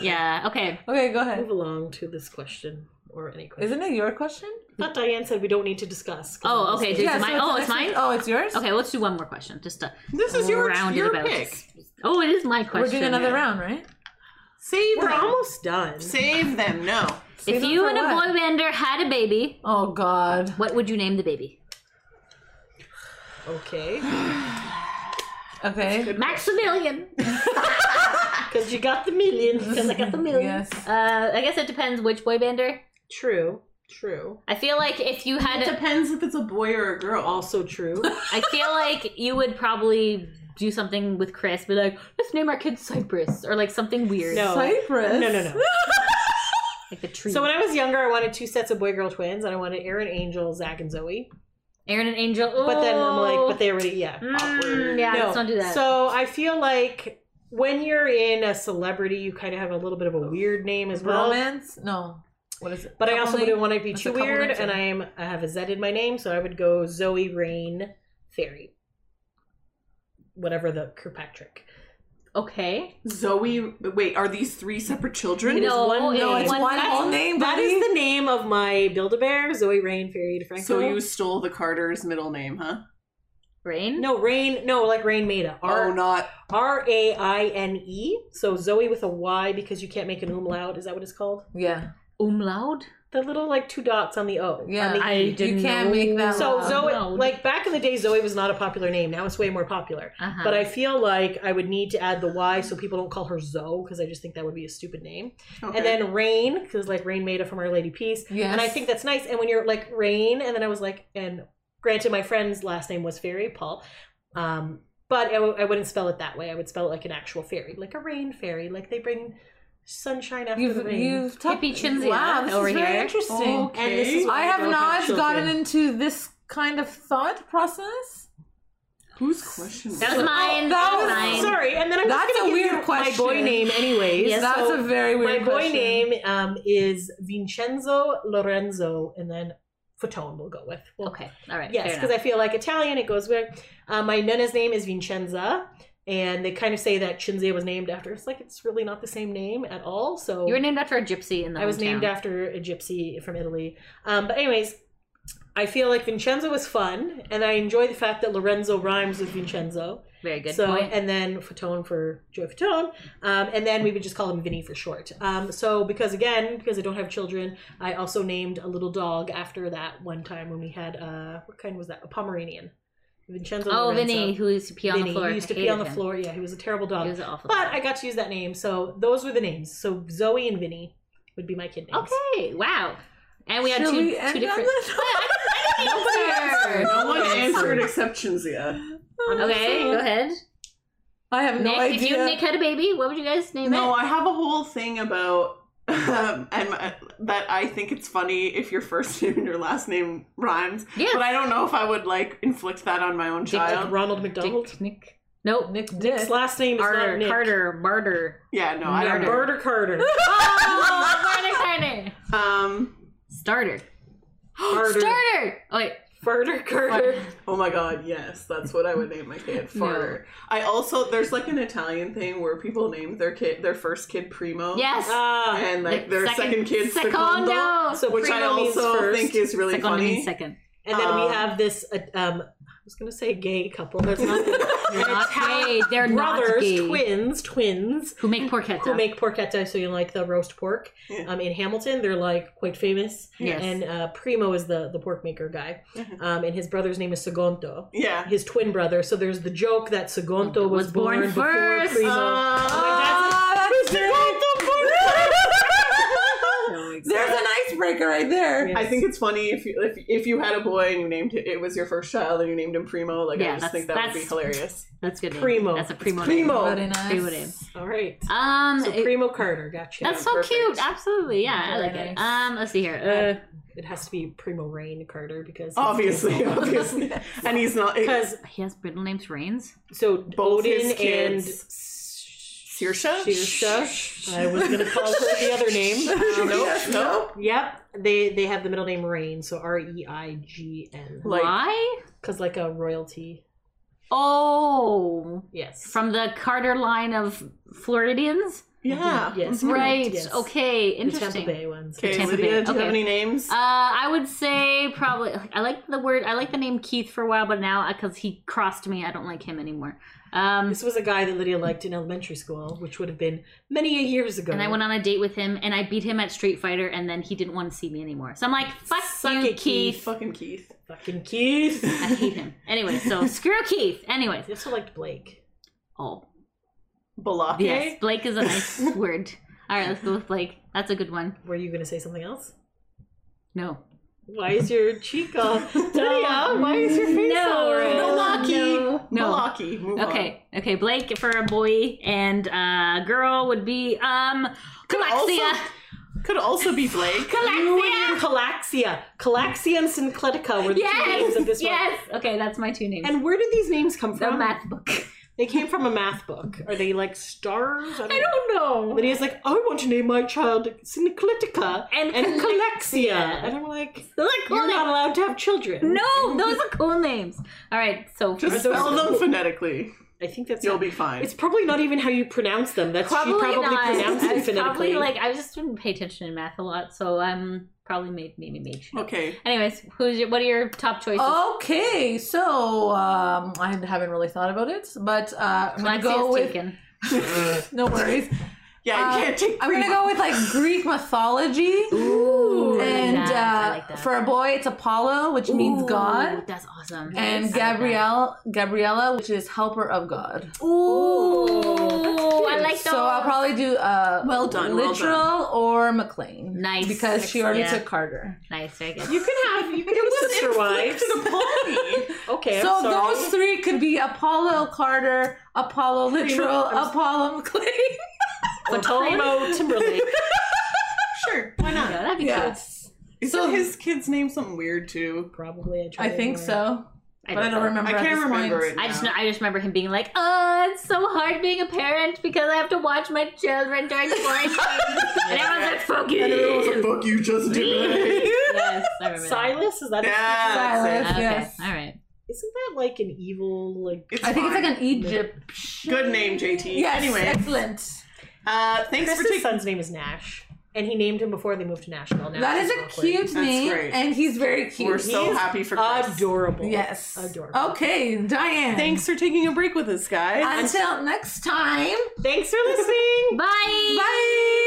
yeah. Okay. Okay, go ahead. Move along to this question or any question. Isn't it your question? But Diane said we don't need to discuss. 'cause Oh, I'm okay, just- Is it mine? the Oh, it's next mine? one- Oh, it's yours. Okay. Let's do one more question. Just to This is your, round it your about. pick. Oh, it is my question. We're doing another Yeah. round, right? Save We're them. almost done. Save them. No. Save If them you for and a what? boy bander had a baby, Oh God. what would you name the baby? Okay. Okay. Maximilian. Because you got the millions. Because I got the million. Yes. Uh, I guess it depends which boy bander. True. True. I feel like if you It had, depends if it's a boy or a girl. Also true. I feel like you would probably do something with Chris, be like, let's name our kid Cypress or like something weird. No. Cypress. No, no, no. Like the tree. So when I was younger, I wanted two sets of boy girl twins, and I wanted Aaron, Angel, Zach, and Zoe. Aaron and Angel. Ooh. But then I'm like, but they already, yeah. Mm, yeah, let's not do that. So I feel like when you're in a celebrity, you kind of have a little bit of a weird name Oh, as well. Romance? No. What is it? But I also Coupling? wouldn't want to be That's too a couple weird, names, and yeah. I am I have a Z in my name, so I would go Zoe Rain Fairy, whatever the Kirkpatrick. okay. Zoe. Wait, are these three separate children? It is No, one it's name. No, it's One one, whole name, That buddy. is the name of my Build a Bear, Zoe Rain Fairy DeFranco. So you stole the Carter's middle name, huh? Rain. no Rain, no like Rain Maida. oh, R not R A I N E. So Zoe with a Y because you can't make an umlaut. Is that what it's called? yeah. Um, umlaut. The little like two dots on the O. on Yeah. the I E. didn't you can't know. make that So loud. Zoe, Umlaut. like back in the day, Zoe was not a popular name. Now it's way more popular. Uh-huh. But I feel like I would need to add the Y so people don't call her Zoe because I just think that would be a stupid name. okay. And then Rain because like Rain made it from Our Lady Peace, Yes. and I think that's nice. And when you're like Rain, and then I was like, and granted, my friend's last name was Fairy Paul, um, but I, w- I wouldn't spell it that way. I would spell it like an actual fairy, like a rain fairy, like they bring sunshine after the you've rain. you've talked Hippie Chinzia wow, this over is very here. interesting. Okay. And this is why I don't have not children. gotten into this kind of thought process. whose question? that was it? that mine. That was was- mine. Sorry, and then I'm That's just gonna a give weird you question. My boy name, anyways. Yes, That's So a very my weird boy question. name um, is Vincenzo Lorenzo, and then Fatone we'll go with. We'll Okay. All right. Yes, fair because enough. I feel like Italian, it goes with. Uh, my nunna's name is Vincenza, and they kind of say that Cinzia was named after. It's like it's really not the same name at all. So you were named after a gypsy in the. I was hometown. named after a gypsy from Italy. Um, but anyways, I feel like Vincenzo was fun, and I enjoy the fact that Lorenzo rhymes with Vincenzo. Very good so point. and then Fatone for Joe Fatone, um, and then we would just call him Vinny for short. Um, so because again, because I don't have children, I also named a little dog after that one time when we had uh, what kind was that? A Pomeranian, Vincenzo. oh, Lorenzo. Vinny, who used to pee on Vinny. the floor. He used to I pee on the hated him. floor. Yeah, he was a terrible He dog. was awful. But I got to use that name, so those were the names. So Zoe and Vinny would be my kid names. Okay. Wow. And we had Shall two we two end on different. this? Answer. No one answered except Shinzia. Okay, go ahead. I have no Nick, idea. if you and Nick had a baby, what would you guys name No, it? I have a whole thing about um, and my, that I think it's funny if your first name and your last name rhymes, yeah. but I don't know if I would like inflict that on my own Dick- child. Like Ronald McDonald. Dick, Nick. Nope. Nick Dick. His last name is Carter, not Nick. Carter, Barter. Yeah, no, I don't know. Carter Carter. Oh, Barter, Carter. Um, Starter. Carter. Starter. Oh, wait. Carter Carter. Oh my god, yes, that's what I would name my kid. Farter. I also there's like an Italian thing where people name their kid their first kid primo. Yes. Ah. And Oh, uh, like The their second, kid secondo, secondo. So which I primo Oh, means also first. think is really Secondo means funny. second. And then Um, we have this. Uh, um, I was gonna say gay couple. That's not They're not gay. They're not brothers, gay. twins, twins Who make porchetta. who make porchetta. So you like the roast pork. Yeah. Um, in Hamilton, they're like quite famous. Yes. And uh, Primo is the the pork maker guy. Mhm. Um, and his brother's name is Segonto. Yeah. His twin brother. So there's the joke that Segonto was, Was born before first. Primo. Oh. Uh, Ah, that's So great. There's an icebreaker right there. Yes. I think it's funny if you if, if you had a boy and you named it, it was your first child and you named him Primo. Like Yeah, I just think that would that's- be that's- hilarious. That's good. name. Primo. That's a It's primo. primo. Very nice. Primo name. All right. Name. Um, So it- Primo Carter, gotcha. that's so perfect. cute. Absolutely. Yeah, I Very like it. nice. Um, let's see here. it has to be Primo Rain Carter because it's Obviously, Primo. obviously, and he's not. It, because Uh, he has middle names Rains. so Both his Odin and kids. Saoirse? Saoirse. Uh, I was gonna call her the other name. Um, Yes, no. Yep, they they have the middle name Rain, so R E I G N, Like- Why? because like a royalty. Oh, Yes, from the Carter line of Floridians, Yeah. mm-hmm. yes, correct, right? yes. Okay, The Tampa interesting. Bay ones. Okay, Mm-hmm. Tampa Lydia, do Bay, you okay. have any names? Uh, I would say probably. I like the word. I like the name Keith for a while, but now because he crossed me, I don't like him anymore. Um, This was a guy that Lydia liked in elementary school, which would have been many a years ago. and I went on a date with him, and I beat him at Street Fighter, and then he didn't want to see me anymore. So I'm like, fuck Suck you, it, Keith. Fucking Keith. fucking Keith. I hate him. Anyway, so screw Keith. Anyways, I also liked Blake. oh Balake. yes, Blake is a nice word. All right, let's go with Blake. That's a good one. Were you gonna say something else? No, Why is your cheek all? Lydia, why is your face all red? No, Malaki. No. Malaki. Move on. Okay, okay. Blake for a boy and uh, girl would be um also- Calaxia. Could also be Blake. You were in Calaxia. Calaxia and Syncletica were the two names of Yes. this one. Yes. Okay, that's my two names. And where did these names come the from? math book. They came from a math book. Are they like stars? I don't, don't know. Lydia's like, I want to name my child Syncletica And, and Calaxia. Calaxia. And I'm like, Those are cool you're not names. allowed to have children. No, those are cool names. All right, so Just for- spell them phonetically. I think that's You'll be fine. It's probably not even how you pronounce them. That's she probably pronounced I it was phonetically. probably like I just didn't pay attention in math a lot, so um, probably made maybe made. sure. Oh. Okay. Anyways, who's your, what are your top choices? Okay, so um, I haven't really thought about it, but uh, I'm gonna Calaxia's go with taken. no worries. Yeah, Uh, you can't take. I'm gonna go with like Greek mythology, Ooh, I like and that. I like uh, that. for a boy, it's Apollo, which means Ooh, God, That's awesome. and I like that. Gabrielle, Gabriella, which is helper of God. Ooh, I cute. like those. So I'll probably do uh, Well done, well literal or McLean. Nice. because she already Yeah. took Carter. nice. Very good. you can have you can have sister wives. Okay, so I'm sorry. those three could be Apollo Carter, Apollo literal, I'm s- Apollo McLean. Or Platoon? Promo Timberlake. sure, why Yeah, not? that'd be cute. yes, Isn't So- his kid's name something weird too? Probably. I think so, but I don't remember. I at can't this remember point. it. I just know, now. I just remember him being like, "Oh, it's so hard being a parent because I have to watch my children during quarantine," and everyone's like, "Fuck you." And everyone was like, "Fuck you, Justin Timberlake." yes, I remember. that. Oh, Silas is that? Yeah. Silas, Okay, yes. all right. Isn't that like an evil like? It's I think it's fine. like an Egypt. good name, JT. Yes, Anyway, excellent. uh, thanks Chris's for taking. son's name is Nash, and he named him before they moved to Nashville. Now that is it's a awkward. cute name, great. and he's very cute. We're so He's happy for Chris. Adorable. yes, Adorable. Okay, Diane. Thanks for taking a break with us, guys. Until next time. Thanks for listening. Bye. Bye.